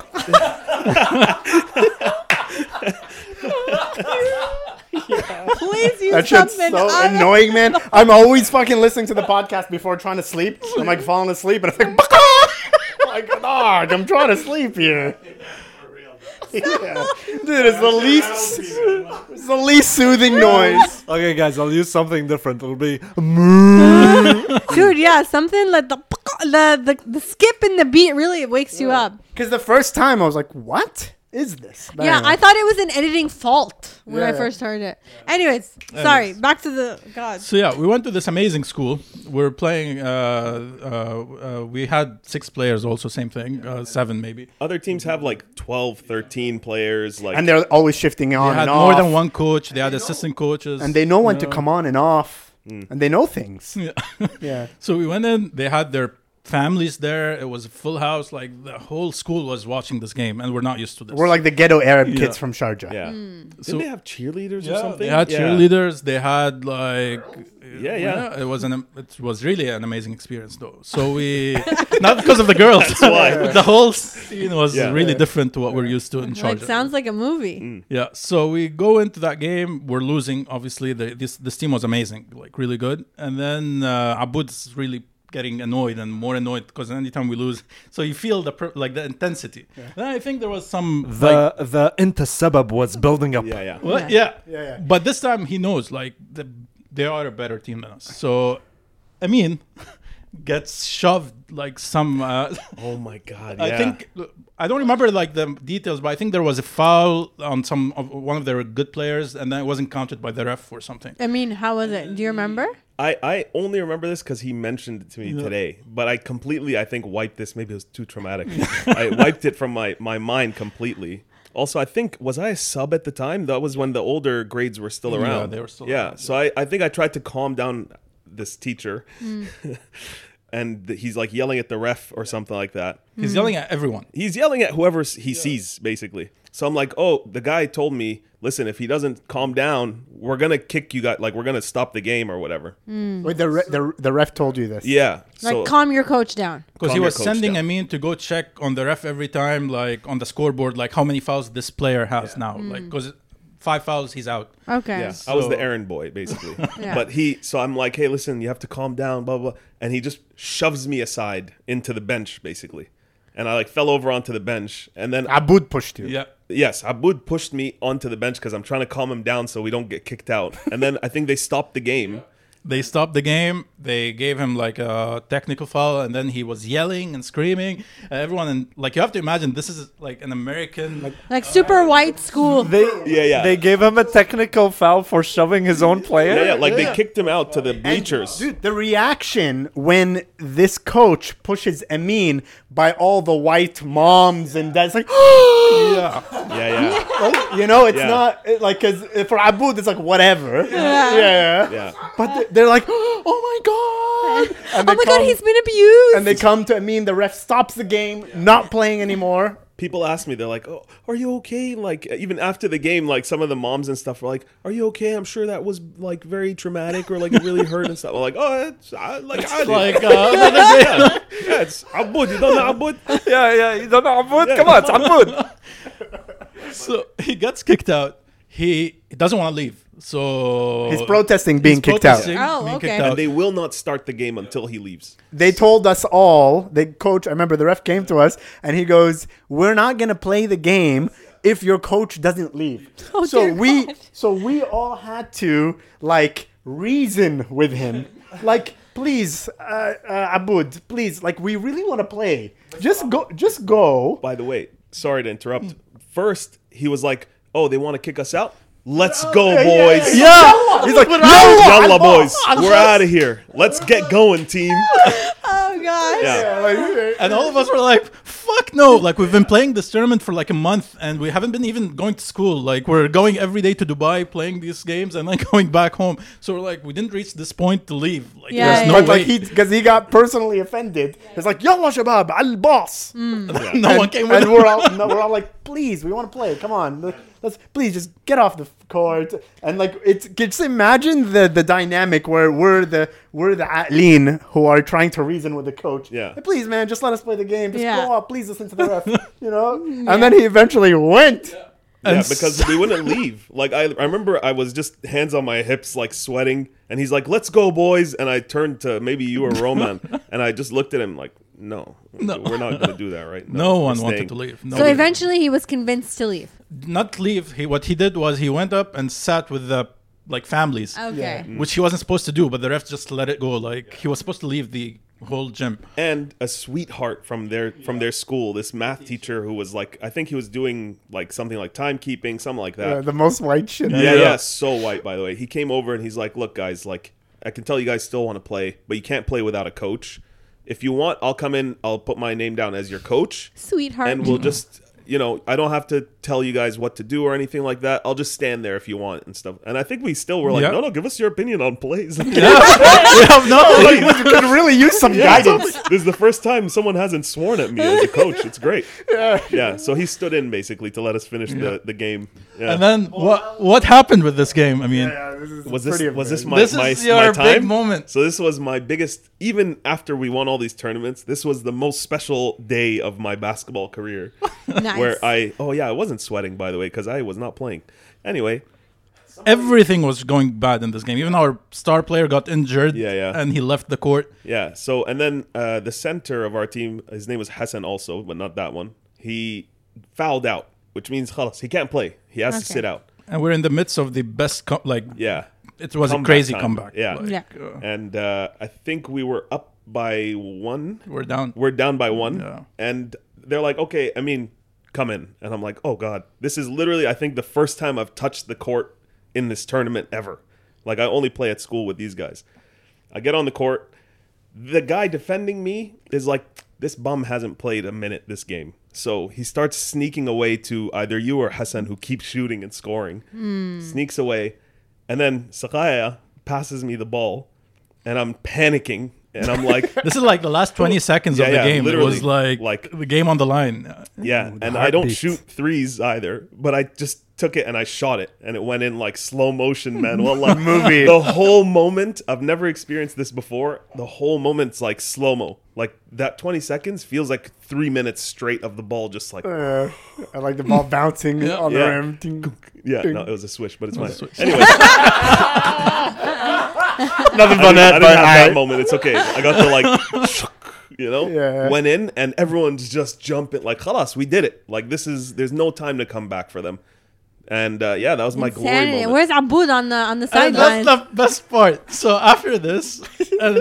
B: Please use
E: That shit's
B: something
E: so
B: other-
E: annoying,
B: [LAUGHS]
E: man. I'm always fucking listening to the podcast before trying to sleep. I'm like falling asleep, and it's like, [LAUGHS] like, dog, I'm trying to
B: [LAUGHS]
E: sleep here. Yeah. Dude, it's the least, it's the least soothing noise.
F: okay, guys, I'll use something different. It'll be
B: [LAUGHS] Dude, yeah, something like the the, the the skip in the beat really wakes you up.
E: Because the first time I was like, what is this? But
B: Yeah,
E: anyway.
B: I thought it was an editing fault when
E: Yeah,
B: I
E: yeah.
B: first heard it. Anyways, sorry, back to the God.
D: So yeah, we went to this amazing school. We are playing. Uh, uh, uh, we had six players, also same thing, uh, seven maybe.
C: Other teams have like 12, 13 players. Like
E: and they're always shifting
D: They
E: on
D: had
E: and
D: more
E: off,
D: than one coach. They had assistant coaches,
E: and
D: [LAUGHS]
E: they know when to come on and off,
D: Mm.
E: and they know things. Yeah.
D: So we went in. They had their families there. It was a full house. Like the whole school was watching this game, and we're not used to this.
E: We're like the ghetto Arab kids
D: Yeah.
E: from Sharjah.
C: yeah, didn't
D: So-
C: they have cheerleaders or
D: Yeah,
C: something?
D: they had cheerleaders. They had like
C: Yeah, yeah.
D: It was an it was really an amazing experience though. So we [LAUGHS] not because of the girls.
C: why.
D: [LAUGHS] the whole scene was
C: Yeah.
D: really different to what we're used to in
B: Like
D: Sharjah.
B: sounds like a movie.
D: Yeah, so we go into that game. We're losing. Obviously, the, this this team was amazing, like really good. And then uh, Abud's really getting annoyed and more annoyed because anytime we lose, so you feel the per- like the intensity. And I think there was some like,
F: the the intasabab was building up.
C: Yeah, yeah.
D: what? Yeah. Yeah. But this time he knows like the, they are a better team than us. So Amin [LAUGHS] gets shoved like some. Uh, [LAUGHS]
C: Oh my god!
D: I
C: yeah.
D: think I don't remember like the details, but I think there was a foul on some of one of their good players, and then it wasn't counted by the ref or something.
B: I mean, how was it? Do you remember?
C: I, I only remember this because he mentioned it to me today, but I completely, I think, wiped this. Maybe it was too traumatic.
D: [LAUGHS]
C: I wiped it from my, my mind completely. Also, I think, was I a sub at the time? That was when the older grades were still
D: Yeah,
C: around.
D: they were still
C: Yeah.
D: around,
C: so I, I think I tried to calm down this teacher,
D: Mm.
C: [LAUGHS] and th- he's like yelling at the ref or something like that.
D: He's yelling at everyone.
C: He's yelling at whoever s- he sees, basically. So I'm like, oh, the guy told me, listen, if he doesn't calm down, we're going to kick you guys, like, we're going to stop the game or whatever.
E: Wait, the, re- the the ref told you this.
C: Yeah.
B: Like
C: so-
B: calm your coach down.
D: Because he
C: Calm your
D: was
C: coach
D: sending
C: down.
D: Amin to go check on the ref every time, like on the scoreboard, like how many fouls this player has now. Like because five fouls, he's out.
B: Okay.
C: Yeah, I was the
D: So-
C: errand boy basically.
B: Yeah.
C: But he, so I'm like, hey, listen, you have to calm down, blah, blah, blah. and he just shoves me aside into the bench basically, and I like fell over onto the bench, and then
E: Aboud pushed you.
D: Yeah.
C: yes, Abud pushed me onto the bench because I'm trying to calm him down so we don't get kicked out, and then I think they stopped the game.
D: They stopped the game. They gave him like a technical foul, and then he was yelling and screaming. And everyone and like you have to imagine this is like an American. Like,
B: Like super white school.
F: They
C: Yeah, yeah.
F: They gave him a technical foul for shoving his own player.
C: Yeah, yeah, like they kicked him out to the bleachers.
E: Dude, the reaction when this coach pushes Amin by all the white moms and dads, like, [GASPS]
D: yeah.
C: yeah, yeah,
E: oh, you know, it's
C: Yeah.
E: not it, like, because for Aboud, it's like, whatever. Yeah. yeah.
C: yeah.
E: But th- they're like, [GASPS] oh my God. And
B: oh
E: they
B: my
E: come-
B: god, he's been abused.
E: And they come to Amin, the ref stops the game, not playing anymore.
C: People ask me, they're like, "Oh, are you okay?" Like even after the game, like some of the moms and stuff were like, "Are you okay?" I'm sure that was like very traumatic or like it really hurt and stuff. I'm like, "Oh, it's, I, like I did."
D: like uh,
C: [LAUGHS] yeah, yeah, it's Abud. You don't know Abud?
F: yeah, yeah. You don't know Amud? Come on, it's Amud.
E: [LAUGHS]
D: So he gets kicked out. He, he doesn't want to leave. So
E: He's protesting being
D: he's
E: kicked out.
D: protesting,
B: Oh,
D: being
B: okay.
D: kicked
C: And
D: out.
C: they will not start the game until he leaves.
E: They told us all, the coach, I remember the ref came to us and he goes, We're not going to play the game if your coach doesn't leave.
B: Oh,
E: so
B: dear
E: we
B: God.
E: so we all had to like reason with him. Like please, uh, uh, Aboud, please, like we really want to play. Just go, just go.
C: By the way, sorry to interrupt. First, he was like, "Oh, they want to kick us out. Let's go, boys!
E: Yeah, he's like,
C: Yalla,
E: no,
C: boys! We're out of here. Let's get going, team."
B: Oh gosh.
C: Yeah.
D: And all of us were like, fuck no. Like, we've been playing this tournament for like a month and we haven't been even going to school. Like, we're going every day to Dubai playing these games and then [LAUGHS] going back home. So we're like, we didn't reach this point to leave. Like,
B: Yeah,
D: there's
B: yeah,
D: no
E: But like
D: way.
E: he, because he got personally offended. It's like, yalla shabab, al
D: [LAUGHS]
E: boss.
D: no one came with
E: and
D: it.
E: we're all no, we're all like, please, we want to play. Come on, let's please just get off the court. And like, it's just imagine the the dynamic where we're the we're the Atlin who are trying to reason with the coach.
C: Yeah.
E: "Hey, please, man, just let us play the game. Just
B: Yeah.
E: go up. Please listen to the
C: [LAUGHS]
E: ref. you know. And then he eventually went.
C: Yeah,
D: [LAUGHS] And
C: because we wouldn't leave. Like I, I remember I was just hands on my hips, like sweating, and he's like, "Let's go, boys!" And I turned to maybe you or Roman,
D: [LAUGHS]
C: and I just looked at him like, "No, we're not going to do that, right?"
D: [LAUGHS] No
C: we're
D: one wanted
C: staying."
D: to leave. No
B: So
D: one-
B: eventually he was convinced to leave.
D: not leave. He, what he did was he went up and sat with the like families,
B: Okay.
D: Mm. which he wasn't supposed to do, but the ref just let it go. Like, he was supposed to leave the whole gym.
C: And a sweetheart from their from their school, this math teacher who was like, I think he was doing like something like timekeeping, something like that.
E: Uh, the most white shit.
C: Yeah,
E: [LAUGHS]
D: Yeah.
C: yeah, so white by the way. He came over and he's like, "Look, guys, like I can tell you guys still want to play, but you can't play without a coach. If you want, I'll come in. I'll put my name down as your coach,
B: Sweetheart.
C: and we'll just, you know, I don't have to tell you guys what to do or anything like that. I'll just stand there if you want and stuff." And I think we still were like,
D: Yeah.
C: "No, no, give us your opinion on
D: [LAUGHS]
C: plays." [LAUGHS]
D: we have no.
E: Like, you could really use some
C: Yeah, it's-
E: guidance.
C: this is the first time someone hasn't sworn at me as a coach. It's
D: [LAUGHS]
C: great. Yeah, So he stood in basically to let us finish the, the game. Yeah.
D: And then what what happened with this game? I mean,
C: was this
E: Pretty
C: was this
E: amazing.
C: my
D: This
C: my,
D: is
C: my
D: your
C: time?
D: big moment.
C: So this was my biggest. Even after we won all these tournaments, this was the most special day of my basketball career,
B: nice.
C: where I oh yeah, I wasn't sweating by the way because I was not playing. Anyway,
D: everything was going bad in this game. Even our star player got injured.
C: Yeah, yeah.
D: And he left the court.
C: yeah. So and then uh, the center of our team, his name was Hassan also, but not that one. He fouled out, which means خلاص, he can't play. He has to
B: Okay.
C: sit out.
D: And we're in the midst of the best, com- like,
C: Yeah.
D: it was a
C: Comeback
D: crazy
C: time.
D: comeback.
C: Yeah.
D: Like,
B: Yeah.
D: uh,
C: And uh, I think we were up by one.
D: we're down.
C: we're down by one
D: Yeah.
C: and they're like okay i mean come in and i'm like oh god this is literally i think the first time i've touched the court in this tournament ever like i only play at school with these guys i get on the court the guy defending me is like this bum hasn't played a minute this game so he starts sneaking away to either you or hassan who keeps shooting and scoring sneaks away and then sakaya passes me the ball and i'm panicking and i'm like
D: This is like the last 20 seconds
C: Yeah,
D: of the
C: yeah,
D: game. It was
C: literally,
D: like,
C: like-
D: the game on the line. Uh,
C: Yeah, and I don't shoot threes either, but I just took it and I shot it, and it went in like slow motion, Manuel. Like
E: Movie.
C: The whole moment, I've never experienced this before. The whole moment's like slow mo. Like that 20 seconds feels like three minutes straight of the ball, just like
E: Uh, I like the ball bouncing on the
C: Yeah.
E: rim. Ding.
C: yeah. No, it was a swish, but it's fine.
D: swish.
C: Anyway,
E: Nothing
C: I didn't,
E: but
C: I
E: that.
C: didn't
E: But
C: have that
E: I,
C: moment. It's okay. I got to like, you know,
E: Yeah.
C: went in and everyone's just jumping like, "Khalas, we did it!" Like this is there's no time to come back for them. And uh, yeah, that was my glory
B: Insanity.
C: moment.
B: Where's Aboud on the on the
D: And that's
B: sideline?
D: the best part. So after this, and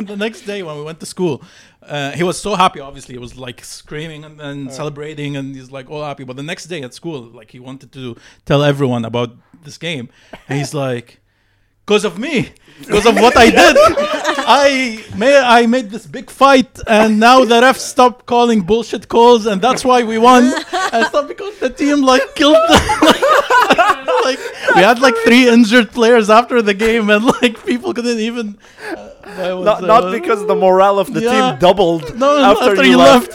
D: [LAUGHS] the next day when we went to school, uh, he was so happy. Obviously, he was like screaming and, and celebrating, and he's like all happy. But the next day at school, like he wanted to tell everyone about this game, and he's like, "Cause of me, because of what I did, I made I made this big fight, and now the ref stopped calling bullshit calls, and that's why we won. And it's not because the team like killed." The- [LAUGHS] like we had like three injured players after the game, and like people couldn't even. uh, that was,
F: Not,
D: uh,
F: not because the morale of the
D: Yeah.
F: team doubled
D: no, no,
F: after, you left.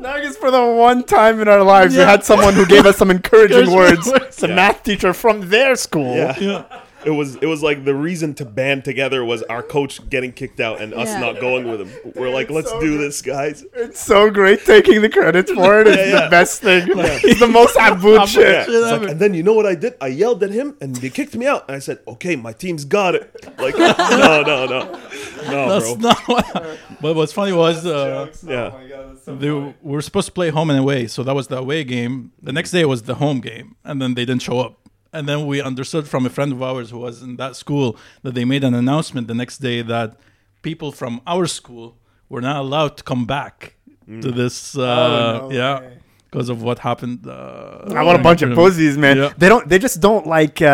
E: Now I guess for the one time in our lives we
D: Yeah.
E: had someone who gave us some encouraging
D: Encouraging
E: words.
D: words.
E: It's a math teacher from their school.
C: Yeah.
D: [LAUGHS] yeah,
C: It was it was like the reason to band together was our coach getting kicked out and us
B: Yeah.
C: not going with him. We're like,
E: It's
C: let's
E: so
C: do
E: good.
C: this, guys.
E: It's so great taking the credit for it. It's
C: Yeah, yeah.
E: the best thing. [LAUGHS] It's the most Abud
C: Yeah.
E: shit.
C: It's like, and then you know what I did? I yelled at him and they kicked me out. And I said, okay, my team's got it. Like, [LAUGHS] no, no, no, no, bro.
D: that's not. What, but what's funny was uh,
C: yeah, Oh
D: they were we were supposed to play home and away, so that was the away game. The next day was the home game, and then they didn't show up. And then we understood from a friend of ours who was in that school that they made an announcement the next day that people from our school were not allowed to come back to this. Uh,
E: Mm. Oh, no
D: yeah,
E: way.
D: because of what happened. Uh,
E: I want a bunch of pussies, man.
D: Yeah.
E: [LAUGHS]
D: [LAUGHS]
E: They don't. They just don't like uh,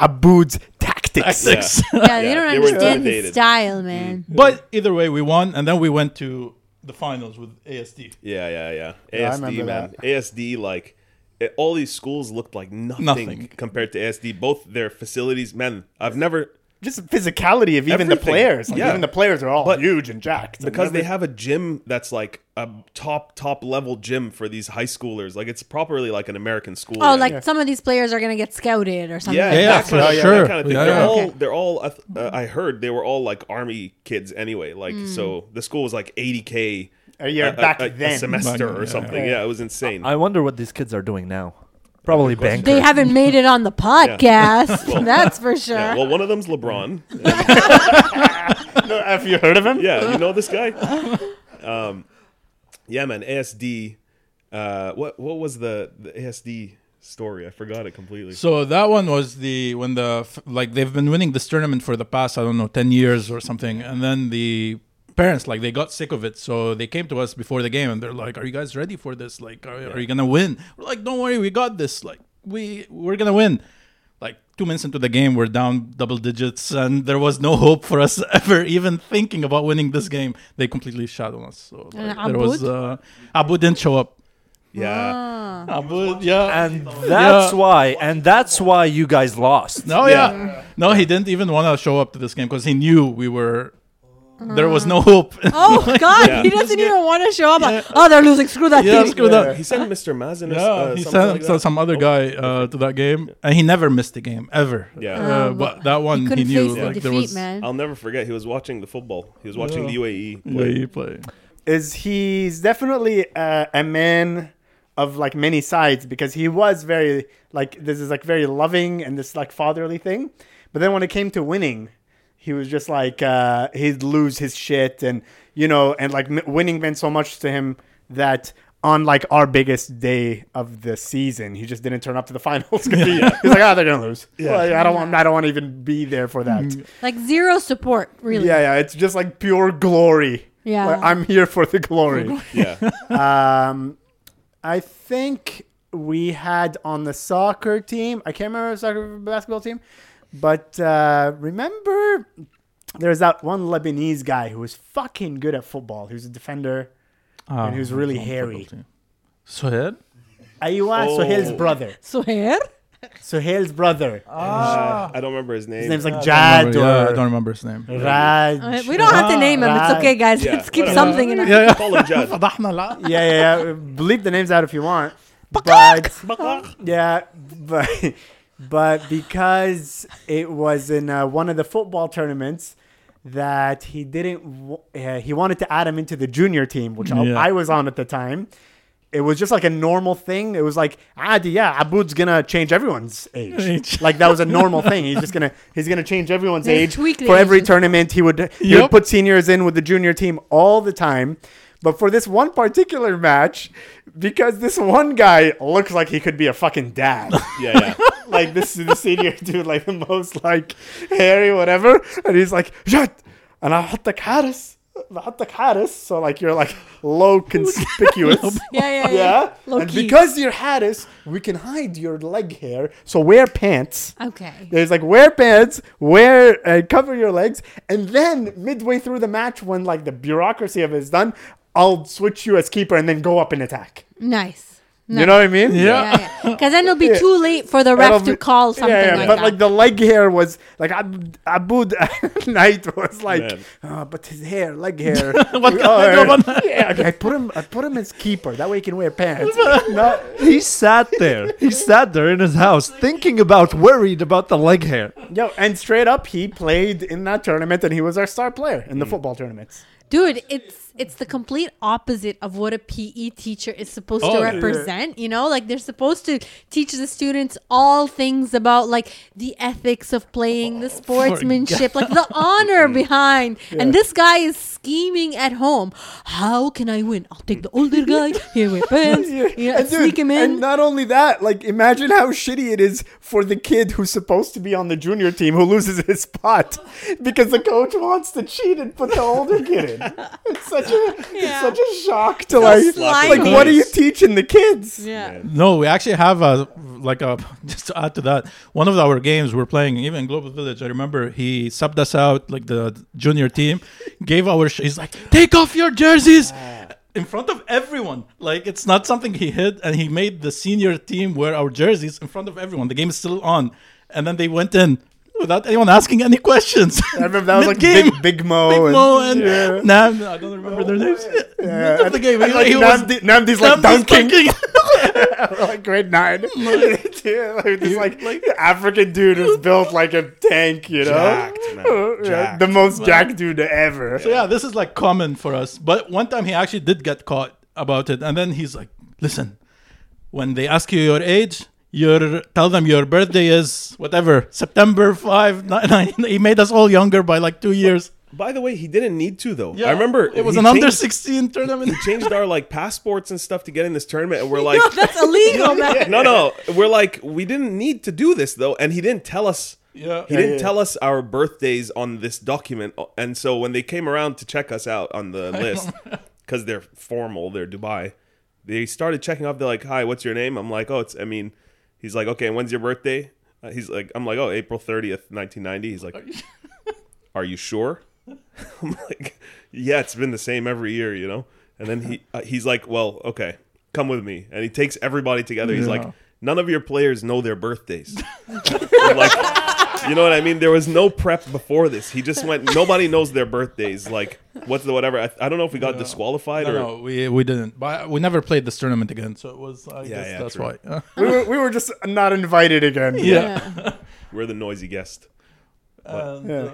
E: Aboud's tactics.
D: Tactics.
B: Yeah, they
C: Yeah,
B: don't
C: they were
B: understand his
C: intimidated.
B: style, man.
D: But either way, we won, and then we went to the finals with ASD.
C: Yeah, yeah, yeah.
E: I
C: ASD,
E: remember
C: man. ASD, like, it, all these schools looked like nothing,
D: Nothing.
C: compared to ASD. Both their facilities, man, I've never,
E: Just physicality of even the
C: Everything.
E: players. Like,
C: Yeah.
E: Even the players are all
C: But-
E: huge and jacked. And
C: because they
E: every-
C: have a gym that's like a top, top level gym for these high schoolers. Like, it's properly like an American school.
B: Oh,
C: man.
B: like some of these players are gonna get scouted or something.
C: Yeah,
D: Yeah,
C: that
D: for
C: kind of- that
D: sure.
C: kind of thing.
D: Yeah,
C: they're,
D: yeah. Mm-hmm.
C: All,
B: Okay.
C: they're all. I th- Uh, I heard they were all like army kids anyway. Like
D: Mm.
C: so, the school was like eighty k
E: A year back
C: a,
E: then.
D: Back-
C: semester
D: yeah,
C: or something. Yeah. it was insane.
F: I wonder what these kids are doing now. Probably bank.
B: They haven't made it on the podcast. [LAUGHS] that's for sure.
C: yeah, well, one of them's
E: [LAUGHS]
C: LeBron.
E: No, have you heard of him?
C: yeah, you know this
E: [LAUGHS]
C: guy. Um, yeah, man. ASD. Uh, what what was the the ASD story? I forgot it completely.
D: So that one was the when the f- like they've been winning this tournament for the past I don't know ten years or something, and then the parents like they got sick of it, so they came to us before the game and they're like, "Are you guys ready for this? Like, are, are you gonna win?" We're like, "Don't worry, we got this. Like, we we're gonna win." Like two minutes into the game, we're down double digits, and there was no hope for us [LAUGHS] ever even thinking about winning this game. They completely shot on us. So like,
B: And
D: there was
B: Abud?
D: uh, Abu didn't show up.
C: yeah,
B: Uh.
D: uh, Abu, yeah,
F: And that's
D: Yeah.
F: why. And that's why you guys lost.
D: No, yeah. No, he didn't even want to show up to this game because he knew we were. There was no hope.
B: [LAUGHS]
D: [LAUGHS]
B: Oh God,
C: Yeah.
B: he doesn't even want to show up. Like, oh, they're losing. Screw that
D: yeah,
B: team.
D: screw that.
C: he sent Mr. Mazin.
D: Yeah,
C: uh,
D: he
C: something
D: sent
C: like
D: so-
C: that.
D: some other guy uh, to that game, and he never missed a game ever.
C: Yeah.
D: uh, but that one he,
B: Oh, couldn't
D: knew
B: face the
D: like there
B: defeat,
D: was
B: man.
C: I'll never forget. He was watching the football. He was watching
D: Yeah.
C: the E. UAE.
D: Yeah,
C: play.
D: he play.
E: Is he's definitely uh, a man of like many sides because he was very like this is like very loving and this like fatherly thing, but then when it came to winning, he was just like uh, he'd lose his shit and you know and like m- winning meant so much to him that. On like our biggest day of the season, he just didn't turn up to the [LAUGHS] finals. 'Cause he- He's like, oh, they're gonna lose. Like, I don't want. I don't want to even be there for that.
B: Like zero support, really.
E: Yeah, yeah. It's just like pure glory.
B: Yeah.
E: Like, I'm here for the glory.
D: [LAUGHS]
C: Yeah.
E: um, I think we had on the soccer team. I can't remember the soccer basketball team, but uh, remember there's that one Lebanese guy who was fucking good at football. He was a defender.
D: Oh,
E: he was really
D: on
E: hairy.
D: football team. So yeah,
E: Aywa
C: Oh.
E: Sohail's brother.
B: So here,
E: Sohail's brother.
D: Ah.
C: Uh, I don't remember his name.
E: His
D: [LAUGHS]
E: name's like
D: I
E: Jad
D: don't remember- yeah, I don't
E: or
D: remember his name.
B: Uh,
E: Raj.
B: we don't have to name him. It's
E: Right.
B: okay, guys.
C: Yeah,
B: Let's keep
C: whatever.
B: something in our
D: Yeah, yeah.
C: Call him Jad.
E: yeah, yeah, yeah. Bleep the names out if you want. But yeah, but but because it was in uh, one of the football tournaments that he didn't w- uh, he wanted to add him into the junior team, which I-
D: Yeah.
E: I was on at the time. It was just like a normal thing. It was like, ah, yeah, Abud's gonna change everyone's age.
D: Age.
E: Like that was a normal thing. He's just gonna he's gonna change everyone's
B: He'll
E: age
B: tweak the
E: for every
B: ages.
E: tournament. He would he
D: Yep.
E: would put seniors in with the junior team all the time. But for this one particular match, because this one guy looks like he could be a fucking dad. [LAUGHS]
C: Yeah, yeah.
E: like this the senior [LAUGHS] dude, like the most like hairy, whatever. And he's like, Jad, and I'll hit the caddis. So like you're like low conspicuous.
B: [LAUGHS] Yeah, yeah, yeah.
E: yeah.
B: Low
E: And
B: key.
E: because you're Hattis, we can hide your leg hair. So wear pants.
B: Okay.
E: There's like wear pants, wear uh, cover your legs, and then midway through the match, when like the bureaucracy of it is done, I'll switch you as keeper and then go up and attack.
B: Nice.
E: You know what I mean?
B: Yeah, yeah. Because then it'll be too late for the ref
E: That'll
B: to
E: be-
B: call something
E: yeah, yeah,
B: like
E: but
B: that.
E: like the leg hair was like Ab- [LAUGHS] Abud at night was like,
C: Man.
E: "Ah, but his hair,
B: [LAUGHS]
E: leg hair.
D: What
E: Oh,
D: can I do
E: yeah.
D: about-
E: yeah, okay, I put him, I put him as keeper. That way he can wear
B: [LAUGHS]
E: pants. no,
F: [LAUGHS] He sat there. He sat there in his house, thinking about, worried about the leg hair.
E: Yo, and straight up, he played in that tournament, and he was our star player in the football tournaments.
B: Dude, it's it's the complete opposite of what a PE teacher is supposed
D: Oh,
B: to
D: yeah.
B: represent. You know, like they're supposed to teach the students all things about like the ethics of playing, the sportsmanship, like the honor behind. And this guy is scheming at home. How can I win? I'll take the older guy. Here with pants. You know,
E: and dude,
B: sneak him in.
E: And not only that, like imagine how shitty it is for the kid who's supposed to be on the junior team who loses his spot [LAUGHS] because the coach wants to cheat and put the older kid in. It's such a it's
B: Yeah.
E: such a shock to
B: It's
E: like
B: a
E: like
B: slimy.
E: what are you teaching the kids?
B: yeah.
D: No, we actually have a like a [LAUGHS] just to add to that. One of our games we're playing, even Global Village. I remember he subbed us out like the junior team, gave our sh- he's like, take off your jerseys in front of everyone. Like it's not something he hid, and he made the senior team wear our jerseys in front of everyone. The game is still on, and then they went in without anyone asking any questions.
E: I remember that was like
D: Mid-game.
E: Big, Big Mo.
D: Big
E: and,
D: Mo and
E: yeah. Oh,
D: Nam. I don't remember their names.
E: Yeah,
D: End of the game.
E: and,
D: He-
E: like,
D: he was-
E: Namdi- Namdi's like
D: Nam was
E: dunking,
D: dunking.
E: [LAUGHS] like grade nine. [LAUGHS] yeah, like, this like, African dude who's built like a tank, you know,
C: Jacked, man.
E: Uh, [LAUGHS] yeah,
C: Jacked.
E: the most jacked dude ever.
D: So yeah, this is like common for us. But one time he actually did get caught about it, and then he's like, "Listen, when they ask you your age, your tell them your birthday is whatever September five nine nine." [LAUGHS] He made us all younger by like two years.
C: By the way, he didn't need to though.
D: Yeah,
C: I remember
D: it was
C: he
D: an
C: changed-
D: under sixteen
C: [LAUGHS]
D: tournament.
C: He changed our like passports and stuff to get in this tournament,
D: [LAUGHS]
C: and we're like,
B: No, that's illegal, man.
C: [LAUGHS] no, no, we're like, we didn't need to do this though, and he didn't tell us.
D: Yeah.
C: he
D: Yeah,
C: didn't
D: yeah.
C: tell us our birthdays on this document, and so when they came around to check us out on the list, because they're formal, they're Dubai, they started checking off. They're like, "Hi, what's your name?" I'm like, "Oh, it's." I mean, he's like, "Okay, when's your birthday?" Uh, he's like, "I'm like, oh, April 30th, 1990." He's like, "Are you sure?" [LAUGHS] I'm like, yeah, it's been the same every year, you know. And then he uh, he's like, well, okay, come with me, and he takes everybody together. He's like, none of your players know their birthdays. [LAUGHS] I'm like, you know what I mean? There was no prep before this. He just went. Nobody knows their birthdays. Like, what's the whatever? I, I don't know if we got disqualified
D: No,
C: or.
D: no, we we didn't. But we never played this tournament again. So it was. I guess
C: yeah,
D: that's
C: true.
D: why. [LAUGHS] Yeah.
E: we were we were just not invited again.
B: Yeah.
C: We're the noisy guest.
D: And, uh,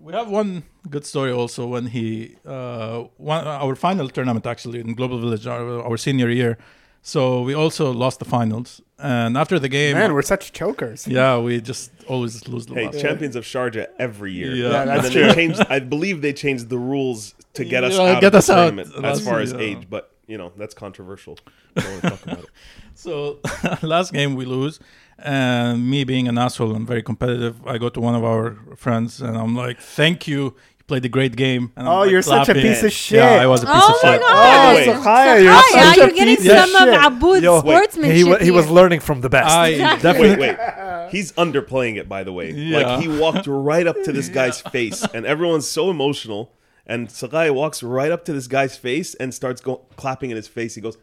D: we have one good story also when he uh, one our final tournament actually in Global Village our, our senior year. So we also lost the finals, and after the game,
E: Man, we're such chokers.
D: yeah, we just always lose the
C: Hey,
D: last.
C: champions of Sharjah every year.
D: Yeah. Yeah,
E: that's
C: and then
E: true.
C: They changed, I believe they changed the rules to get us
D: Yeah,
C: out
D: get
C: of the
D: us out.
C: tournament as
D: That's-
C: far as
D: yeah.
C: age, but you know that's
D: [LAUGHS]
C: controversial. I don't want to talk about it.
D: So [LAUGHS] last game we lose, and me being an asshole and very competitive, I go to one of our friends and I'm like, "Thank you, you played a great game." And I'm,
E: Oh,
D: like,
E: you're such a
D: clapping.
E: piece of shit.
D: Yeah, I was a piece
B: Oh
D: of
B: my
D: shit.
B: god!
C: Oh, wait.
E: Sokhaya, you're
B: Sokhaya,
E: such a
B: you're getting
E: piece of
B: some of
E: shit.
B: Abu's
A: E Yo,
C: wait,
B: sportsmanship.
A: He, wa- he was
B: here.
A: learning from the best.
D: I definitely
C: Wait, wait. He's underplaying it, by the way.
D: Yeah.
C: Like he walked right up to
D: [LAUGHS]
C: this guy's face, and everyone's so emotional. And Sakai walks right up to this guy's face and starts go- clapping in his face. He goes,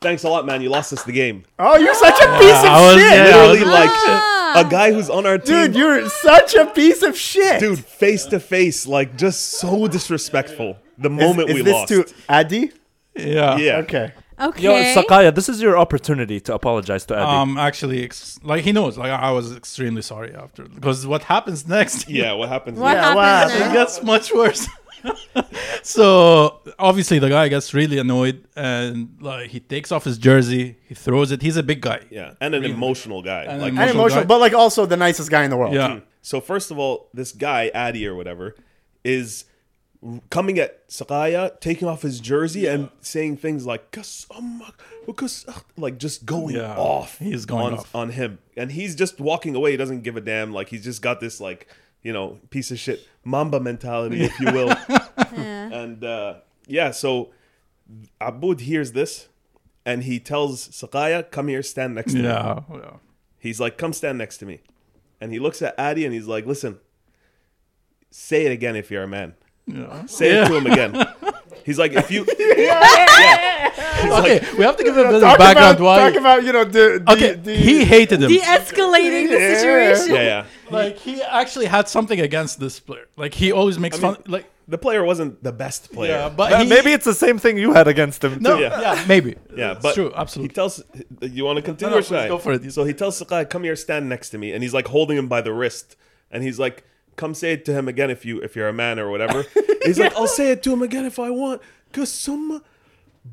C: "Thanks a lot, man. You lost us the game."
E: Oh, you're such a piece
D: I
E: of
D: was-
E: shit.
D: yeah.
C: Literally,
D: was-
C: like
B: Ah.
C: a guy who's on our team,
E: Dude, you're such a piece of shit.
C: dude, face to face, like just so disrespectful. The
E: Is-
C: moment
E: is
C: we
E: this
C: lost,
E: to Adi?
D: yeah.
C: yeah.
E: Okay.
B: Okay.
A: Yo, Sakaya, this is your opportunity to apologize to Eddie.
D: Um, actually, ex- like he knows. Like I was extremely sorry after because what happens next? [LAUGHS]
C: yeah. What happens?
B: what
C: next?
E: Yeah,
B: happened?
E: wow.
D: it gets much worse. [LAUGHS] so obviously the guy gets really annoyed and like he takes off his jersey, he throws it. He's a big guy.
C: Yeah, and an emotional guy.
D: And
C: like um,
D: an
E: And
D: Emotional
E: emotional,
D: guy.
E: but like also the nicest guy in the world.
D: yeah.
C: So first of all, this guy Addy or whatever is r- coming at Sakaya, taking off his jersey and saying things like "Kas- um, kas- ah," like just going
D: Yeah,
C: off.
D: he's going
C: on,
D: off.
C: on him, and he's just walking away. He doesn't give a damn. Like he's just got this like you know piece of shit Mamba mentality, if
D: [LAUGHS]
C: you will. and uh, yeah, so Abud hears this. And he tells Sakaya, come here, stand next to me.
D: Yeah. yeah.
C: He's like, come stand next to me. And he looks at Addy and he's like, listen, say it again if you're a man. Say it to him
D: [LAUGHS]
C: again. He's like, if you. Yeah. He's like,
D: Okay, we have to give
C: [LAUGHS]
D: a bit of
E: Talk
D: background
E: about,
D: why.
E: talk about you know the, the
D: okay,
E: the,
D: he hated him.
B: De-escalating the
E: Yeah.
B: situation.
C: yeah, yeah.
D: like he actually had something against this player. Like he always makes
C: mean-
D: fun. Like
C: The player wasn't the best player.
D: yeah, but
A: Uh,
D: he,
A: Maybe it's the same thing you had against him.
D: no.
A: too.
D: Yeah,
C: Yeah.
D: maybe.
C: Yeah,
D: It's
C: but
D: true. Absolutely.
C: He tells you want to continue.
D: No, no,
C: or should
D: please
C: I?
D: go for it.
C: So he tells Sakai, "Come here, stand next to me," and he's like holding him by the wrist, and he's
D: [LAUGHS]
C: like, "Come say it to him again if you if you're a man or whatever." he's like, "I'll say it to him again if I want." Kasuma.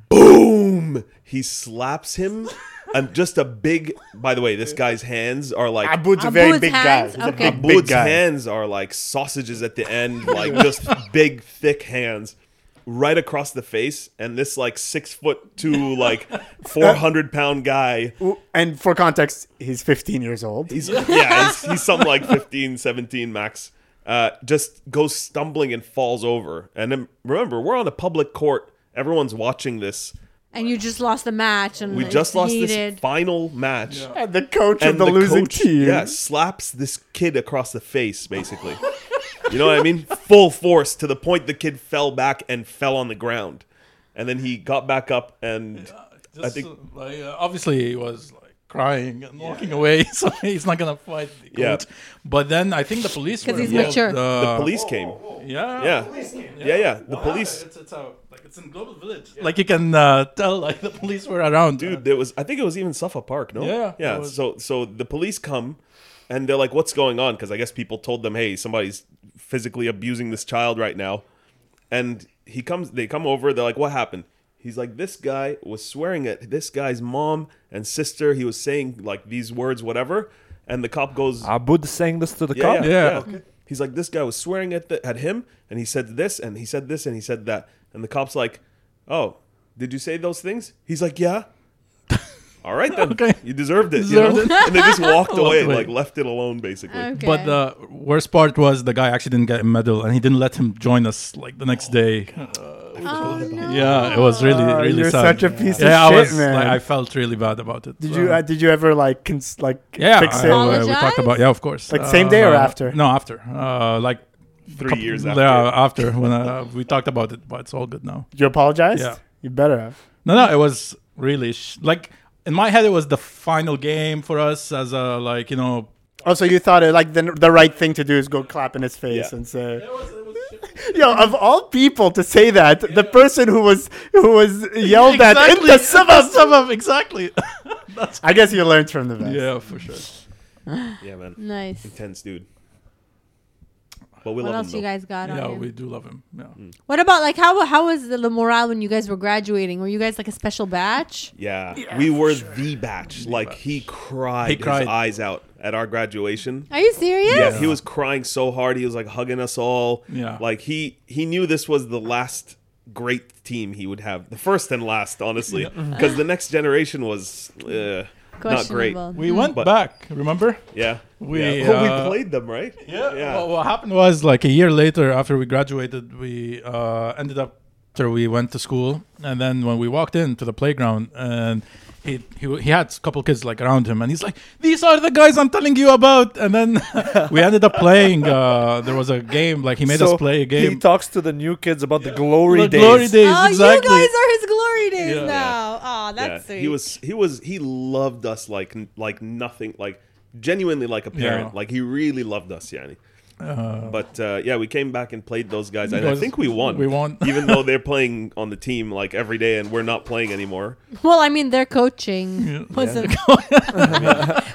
C: Boom! He slaps him. And just a big. By the
D: [LAUGHS]
C: way, this guy's hands are like
D: Ah,
G: Abud's a
B: Abu
G: very
B: is
G: big guy.
B: hands,
G: He's a
B: okay.
G: big, big
C: Bud's
G: guy.
C: hands are like sausages at the end,
B: [LAUGHS]
C: like just big, thick hands, right across the face. And this like six foot two,
B: [LAUGHS]
C: like four hundred pound guy,
E: And for context, he's 15 years old.
C: he's
B: [LAUGHS]
C: yeah, he's, he's something like 15, 17 max. Uh, just goes stumbling and falls over. And then remember, we're on a public court. Everyone's watching this.
B: and you just lost the match, and
C: We
B: it's
C: just lost
B: heated.
C: this final match.
E: And the coach of the,
C: the
E: losing
C: coach,
E: team.
C: Yeah, slaps this kid across the face, basically. you know what I mean? Full force to the point the kid fell back and fell on the ground, and then he got back up and
D: Just,
C: think-
D: uh, like, uh, obviously he was like crying and walking away, [LAUGHS] so he's not gonna fight. The
C: Yeah.
D: coach. But then I think the police
B: 'Cause
D: were
B: he's
D: involved,
B: mature.
D: uh,
C: the police came.
D: Yeah.
C: Yeah. Yeah, yeah, the police.
D: It's, it's out. Like it's in Global Village. Like you can uh, tell, like the police were around.
C: Dude, there was I think it was even Suffolk Park, no?
D: Yeah,
C: Yeah.
D: it was.
C: So so the police come and they're like, What's going on? Because I guess people told them, Hey, somebody's physically abusing this child right now. And he comes they come over, they're like, What happened? He's like, This guy was swearing at this guy's mom and sister. He was saying like these words, whatever. And the cop goes,
F: Abud saying this to the
C: yeah,
F: cop.
C: yeah,
D: Yeah.
C: yeah. He's like, this guy was swearing at the, at him, and he said this, and he said this, and he said that, and the cop's like, oh, did you say those things? He's like, yeah. All right then,
D: Okay.
C: you deserved it.
D: Deserved
C: you know? and they just walked away,
D: away.
C: like left it alone, basically.
B: Okay.
D: But the worst part was the guy actually didn't get a medal, and he didn't let him join us like the next day.
B: oh, no.
D: Yeah, it was really,
E: Oh,
D: really
E: you're
D: sad.
E: such a piece
D: yeah,
E: of
D: I
E: shit,
D: was.
E: man.
D: Like, I felt really bad about it.
E: did you uh, did you ever like cons- like
D: yeah,
E: fix
D: I-
E: it?
D: uh, we
B: Apologize?
D: talked about. Yeah, of course.
E: Like, same day or after?
D: No, after. Uh, like
C: Three
D: couple-
C: years after.
D: Yeah, after when uh, we talked about it, but it's all good now.
E: you apologized?
D: Yeah.
E: You better have.
D: No, no, it was really sh- like in my head it was the final game for us as a like you know.
E: Also, Oh, you thought it like the, the right thing to do is go clap in his face
C: Yeah.
E: and say, [LAUGHS] "Yo, of all people to say that, the person who was who was yelled at in the suburbs."
D: suburbs, exactly.
E: I guess you learned from the best.
D: [LAUGHS] yeah, for sure.
C: Yeah, man,
B: Nice.
C: intense dude. But we
B: What
C: love
B: else
C: him.
B: you
C: though.
B: guys got
D: Yeah,
B: on him?
D: we do love him. Yeah.
C: Mm.
B: What about like how how was the, the morale when you guys were graduating? Were you guys like a special batch?
C: yeah. we were the batch. like he cried,
D: He cried.
C: his eyes out at our graduation.
B: Are you serious?
C: Yeah, he was crying so hard. He was like hugging us all.
D: Yeah.
C: like he he knew this was the last great team he would have, the first and last, honestly,
D: Mm-hmm.
C: because the next generation was uh, not great.
B: Questionable.
D: We went
C: But-
D: back. Remember?
C: Yeah,
D: We,
C: yeah. Oh,
D: uh,
C: we played them right. yeah.
D: What, what happened was like a year later, after we graduated, we uh, ended up after we went to school, and then when we walked in to the playground, and he he, he had a couple kids like around him, and he's like, "These are the guys I'm telling you about." And then [LAUGHS] we ended up playing. Uh, there was a game like he made
F: So
D: us play a
F: He
D: game.
F: talks to the new kids about the glory
D: The
F: days.
D: glory days,
B: oh,
D: exactly.
B: you guys are his glory days
D: Yeah.
B: now. Oh,
C: yeah.
B: that's sweet.
C: He was he was he loved us like like nothing like genuinely like a parent.
D: Yeah.
C: Like he really loved us, Yanni. but uh, yeah, we came back and played those guys, and I
D: Because
C: think we won.
D: we won.
C: even though they're playing on the team like every day, and we're not playing anymore.
B: well, I mean, their
C: [LAUGHS]
B: coaching wasn't [LAUGHS]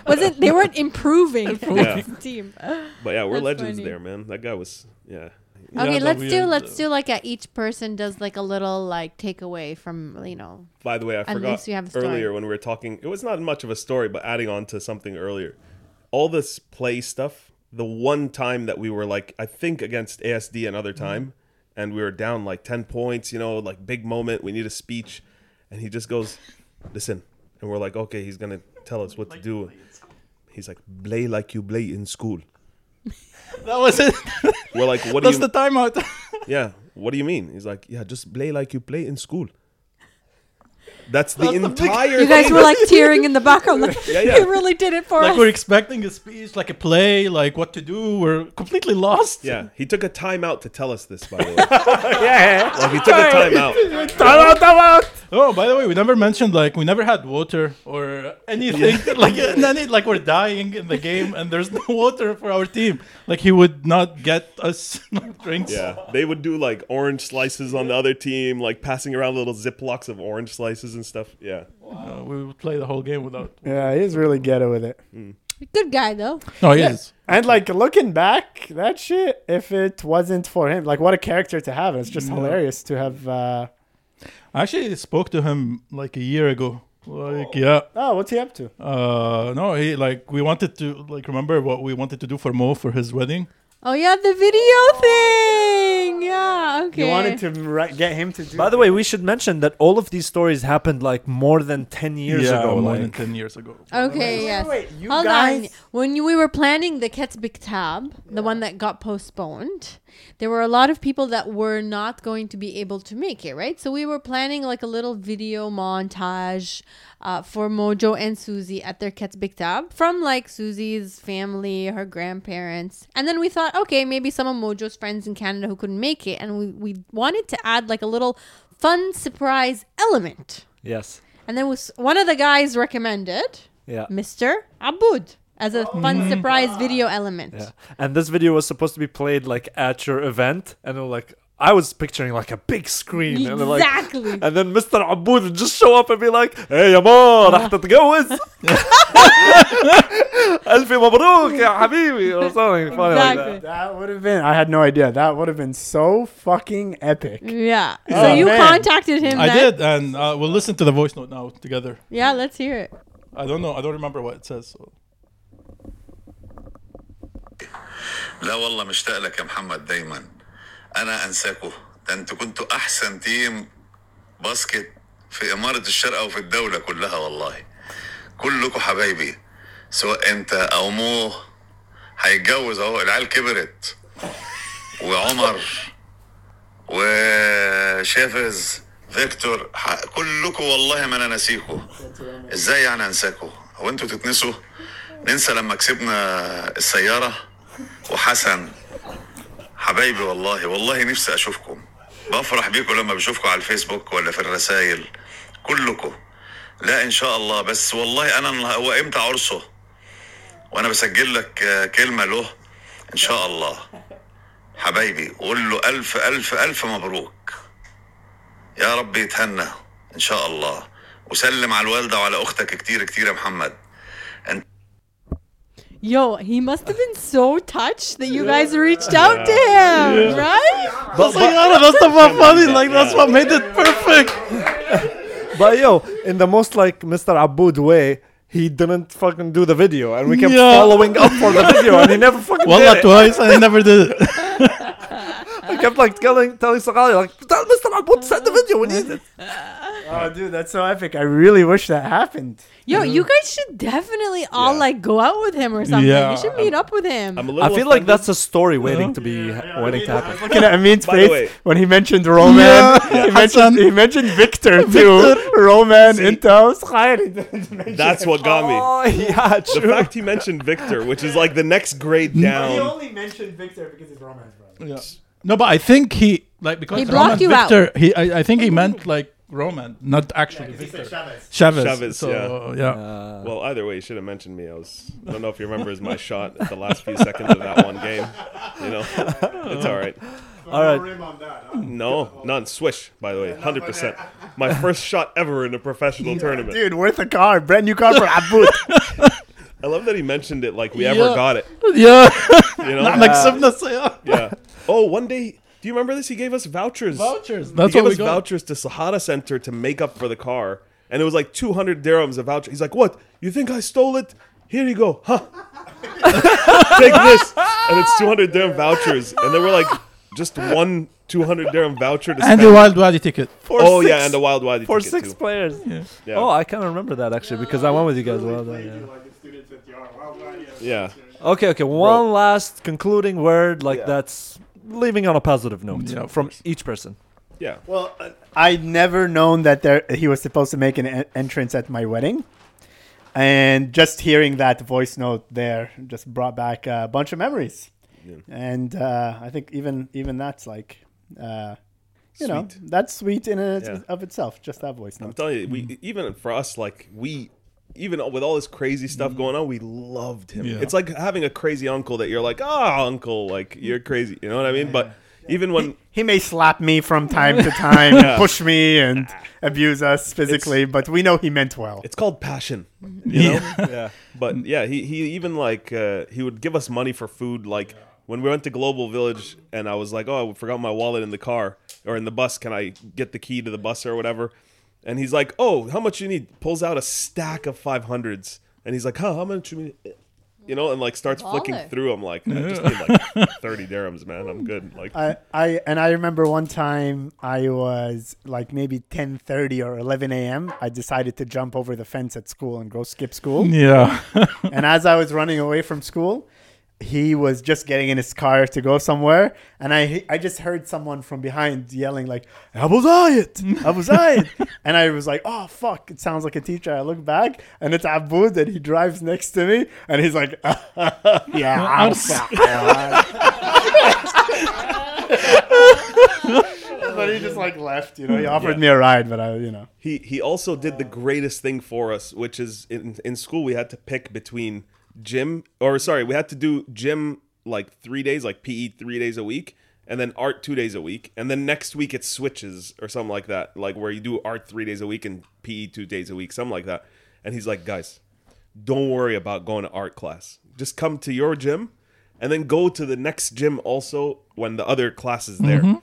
B: wasn't they weren't
C: [LAUGHS]
B: improving as a team.
C: But yeah, we're
B: That's
C: legends
B: funny.
C: there, man. That guy was yeah.
B: Okay,
D: but
B: let's
D: we
B: do
D: had,
B: let's do like a, each person does like a little like takeaway from you know.
C: By the way, I forgot
B: least you have a story.
C: earlier when we were talking. It was not much of a story, but adding on to something earlier, all this play stuff. The one time that we were like, I think against ASD another
B: Mm-hmm.
C: time, and we were down like ten points. You know, like big moment. We need a speech, and he just goes, "Listen," and we're like, "Okay, he's gonna tell us what to do." He's like, "Play like you play in school."
D: that was it. [LAUGHS]
C: We're like, "What do
D: That's
C: you?"
D: the timeout. [LAUGHS]
C: yeah. What do you mean? He's like, yeah, just play like you play in school. That's the entire.
B: You
C: [LAUGHS]
B: guys
C: thing.
B: were like tearing in the background.
E: [LAUGHS]
B: Like, [LAUGHS]
C: Yeah, yeah.
B: He really did it for
D: like
B: us.
D: we're expecting a speech, like a play, like what to do. We're completely lost.
C: Yeah, he took a time out to tell us this. By the way, like
E: Yeah.
C: he took a time
F: [LAUGHS]
C: out.
E: Time out, time out.
D: Oh, by the way, we never mentioned like we never had water or anything. [LAUGHS] like and then it, like we're dying in the game, and there's no [LAUGHS] water for our team. Like he would not get us [LAUGHS] drinks.
C: Yeah, they would do like orange slices on the other team, like passing around little ziplocs of orange slices and stuff. Yeah,
D: Uh, we would play the whole game without.
E: Yeah, he's really ghetto with it.
B: Good guy though.
D: No, Oh, he is.
E: And like looking back, that shit, if it wasn't for him, like what a character to have. It's just hilarious to have uh,
D: I actually spoke to him like a year ago. Like, yeah.
E: Oh, what's he up to?
D: Uh, no, he like we wanted to like remember what we wanted to do for Mo for his wedding.
B: Oh yeah, the video thing. Yeah. Okay.
E: You wanted to ri- get him to do.
A: By the way, we should mention that all of these stories happened like more than 10 years
D: yeah,
A: ago.
D: more
A: like-
D: than ten years ago.
B: Okay.
E: Wait,
B: yes.
E: wait, you
B: Hold
E: guys-
B: on. When you, we were planning the Ketzbik tab, the one that got postponed, there were a lot of people that were not going to be able to make it, right? So we were planning like a little video montage uh, for Mojo and Susie at their Ketzbik tab from like Susie's family, her grandparents, and then we thought, okay, maybe some of Mojo's friends in Canada who couldn't make it, and we we wanted to add like a little fun surprise element.
A: Yes.
B: And then was one of the guys recommended
A: Yeah.
F: Mm.
B: Mr. Abud as a fun surprise video element.
A: Yeah. And this video was supposed to be played like at your event, and it was, like I was picturing like a big screen, and like,
B: Exactly.
A: and then Mr. Aboud would just show up and be like, "Hey, يا
F: Ah.
A: ما راح تتجوز."
F: [LAUGHS]
A: [LAUGHS] ألف مبروك يا حبيبي or something funny like that.
B: Exactly.
E: that would have been. I had no idea. That would have been so fucking epic.
B: Yeah.
E: Oh,
B: so you
E: man.
B: contacted him.
D: I
B: then?
D: did, and uh, we'll listen to the voice note now together.
B: Yeah, let's hear it.
D: I don't know. I don't remember what it says. So.
G: لا والله مشتاق لك يا محمد دايما انا انساكوا ده انتوا كنتوا احسن تيم باسكت في اماره الشارقه وفي الدوله كلها والله كلكوا حبايبي سواء انت او مو هيتجوز اهو العيال كبرت وعمر وشافز فيكتور ح- كلكوا والله ما انا ناسيكوا ازاي يعني انساكوا هو انتوا تتنسوا ننسى لما كسبنا السياره وحسن حبايبي والله والله نفسي اشوفكم بفرح بيكم لما بشوفكم على الفيسبوك ولا في الرسائل كلكم لا ان شاء الله بس والله انا النه- هو امتى عرسه وانا بسجل لك آه، كلمه له ان شاء الله حبايبي قول له الف الف الف مبروك يا رب يتهنى ان شاء الله وسلم على الوالده وعلى اختك كتير كتير يا محمد
B: Yo, he must have been so touched that you guys reached out to him, right?
A: But, but, that's the [LAUGHS] one funny. Like that's what made it perfect. [LAUGHS] but yo, in the most like Mr. Aboud way, he didn't fucking do the video, and we kept
D: Yeah.
A: following up for the video, [LAUGHS] and he never fucking
D: Well,
A: did it.
D: twice. I never [LAUGHS] did it.
A: I kept like telling telling Sakali like, tell Mr. Aboud send the video. We need it.
E: Oh, dude, that's so epic. I really wish that happened.
B: Yo, you guys should definitely all like go out with him or something.
D: Yeah,
B: You should meet up with him.
C: I'm a little
A: I feel like
C: offended.
A: that's a story waiting to be waiting to happen.
E: Looking at Amin's
C: By the
E: face
C: way-
E: when he mentioned Roman. He, mentioned, [LAUGHS] he mentioned
B: [LAUGHS]
E: Victor too. Roman, Intel, [LAUGHS] Schaid.
C: That's what got me.
A: Oh yeah, [LAUGHS]
C: The
A: true.
C: fact he mentioned Victor, which is like the next grade down.
E: mentioned Victor because he's Roman's brother.
D: Yeah. No, but I think he like because
B: He blocked
D: Roman
B: you out.
D: Victor, He, I, I think he meant like Roman, not actually Victor. Chavez.
C: Chavez,
D: So, uh, yeah.
C: Well, either way, you should have mentioned me. I was. I don't know if you remember is my shot at the last few seconds of that one game. You know, it's all right.
A: All right,
C: No, none. Swish, by the way, hundred percent. My first shot ever in a professional tournament.
E: Dude, worth a car. Brand new
B: [LAUGHS]
E: car for Abud.
C: I love that he mentioned it like we ever
D: Yeah.
C: got it.
D: [LAUGHS] yeah.
C: You know,
D: Not like something to say, yeah.
C: yeah. Oh, one day. Do you remember this? He gave us vouchers.
D: Vouchers. That's
C: he
D: what
C: gave
D: we
C: us
D: got.
C: vouchers to Sahara Center to make up for the car, and it was like 200 dirhams a voucher. He's like, "What? You think I stole it? Here you go, [LAUGHS] huh? Take this." And it's 200 dirham vouchers, and then we're like, just one 200 dirham voucher to
D: And
C: spend.
D: the Wild Wadi ticket.
A: for
C: oh
A: six,
C: yeah, and the Wild Wild
A: for
C: ticket,
A: six
C: too.
A: players.
C: Yeah.
A: Oh, I can't remember that actually because I went with you guys. Well done, yeah.
C: yeah.
A: Okay, okay. One last concluding word, like that's leaving on a positive note
D: Yeah, of
A: from each person.
C: Yeah.
E: Well, uh, I'd never known that there he was supposed to make an en- entrance at my wedding, and just hearing that voice note there just brought back a bunch of memories, and uh, I think even even that's like, uh, you know,
C: Sweet.
E: that's sweet in and
C: Yeah.
E: of itself. Just that voice
C: I'm
E: note.
C: telling you, we even for us, like we even with all this crazy stuff going on, we loved him.
D: Yeah.
C: It's like having a crazy uncle that you're like, ah, uncle, like you're crazy. You know what I mean? But even when
E: He may slap me [LAUGHS] from time to time, and push me, and abuse us physically, but we know he meant well.
C: it's called passion, [LAUGHS] you know. yeah. But yeah, he he even like uh, he would give us money for food, like. when we went to Global Village and I was like, oh, I forgot my wallet in the car or in the bus. Can I get the key to the bus or whatever? And he's like, oh, how much you need? Pulls out a stack of 500s. And he's like, huh, how much you need? You know, and like starts flicking
B: Baller.
C: through. I'm like, I just need like 30 dirhams, man. I'm good. Like,
E: [LAUGHS] I, I and I remember one time I was like maybe 10:30 or 11 a.m. I decided to jump over the fence at school and go skip school.
D: Yeah.
E: and as I was running away from school, he was just getting in his car to go somewhere, and I I just heard someone from behind yelling like "Abu Zayed, Abu Zayed," and I was like, "Oh fuck!" It sounds like a teacher. I look back, and it's Abu that he drives next to me, and he's like, [LAUGHS] "Yeah,
D: I'm
E: I'm fuck." But he just like left, you know. He offered me a ride, but I, you know,
C: he he also did the greatest thing for us, which is in in school we had to pick between gym or sorry, we had to do gym like three days, like PE three days a week, and then art two days a week, and then next week it switches or something like that, like where you do art three days a week and PE two days a week, something like that. And he's like, guys, don't worry about going to art class. Just come to your gym, and then go to the next gym also when the other class is there.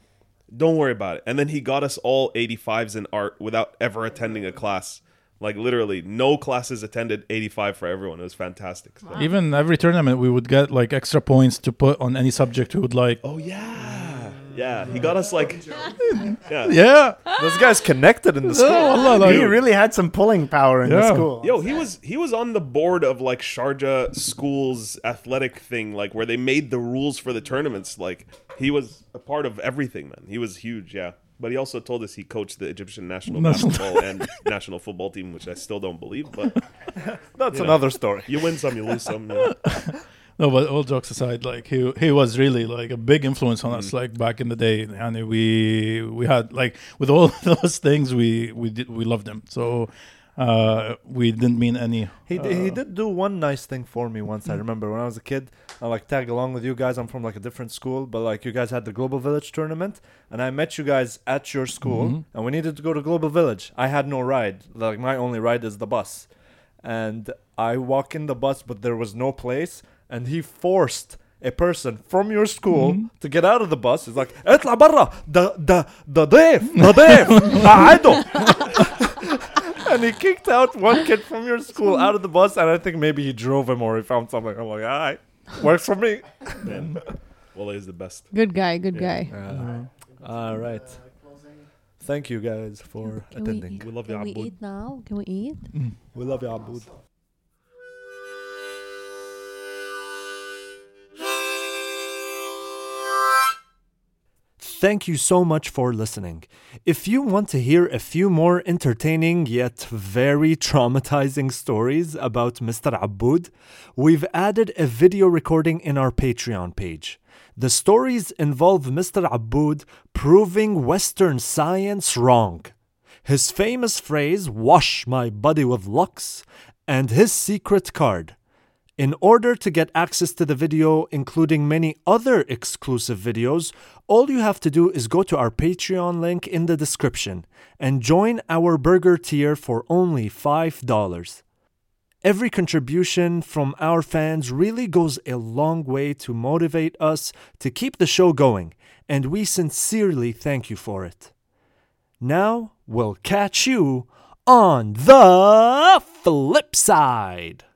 C: Don't worry about it. And then he got us all 85s in art without ever attending a class. Like literally, no classes attended. 85 for everyone. It was fantastic. So-
D: [LAUGHS] Even every tournament, we would get like extra points to put on any subject we would like.
C: Oh yeah, yeah. He got us like
D: Yeah.
F: This guy's connected
A: [LAUGHS]
F: in the school.
D: Oh, Allah,
E: he
D: like,
E: really had some pulling power in the
D: Yeah.
E: school.
C: yo. He was he was on the board of like Sharjah schools athletic thing, like where they made the rules for the tournaments. Like he was a part of everything, man. He was huge. Yeah. But he also told us he coached the Egyptian national
D: National-
C: basketball and [LAUGHS] national football team, which I still don't believe. But
F: That's another story.
C: you win some, you lose some. yeah.
D: no, but all jokes aside, like he he was really like a big influence on us, like back in the day, and we we had like with all [LAUGHS] those things, we we did we loved him. So uh, we didn't mean any.
F: He, d he did do one nice thing for me once. I remember when I was a kid, I like tag along with you guys. I'm from like a different school, but like you guys had the Global Village tournament, and I met you guys at your school, and we needed to go to Global Village. I had no ride. Like my only ride is the bus, and I walk in the bus, but there was no place, and he forced. A person from your school to get out of the bus. He's like, "اطلع برا the the the ضيف the ضيف قعده." and he kicked out one kid from your [LAUGHS] school out of the bus, and I think maybe he drove him or he found something. I'm like, all right, works for me.
C: Well, he's the best.
B: Good guy, good guy.
F: [LAUGHS] all right. Thank you guys for attending.
C: We love you,
B: Can we
C: Abud.
B: eat now? Can we eat?
F: We love you, Abud.
A: Thank you so much for listening. If you want to hear a few more entertaining yet very traumatizing stories about Mr. Aboud, we've added a video recording in our Patreon page. The stories involve Mr. Aboud proving Western science wrong. His famous phrase, wash my body with Lux, and his secret card. In order to get access to the video, including many other exclusive videos, all you have to do is go to our Patreon link in the description and join our burger tier for only $5. Every contribution from our fans really goes a long way to motivate us to keep the show going, and we sincerely thank you for it. Now, we'll catch you on the flip side.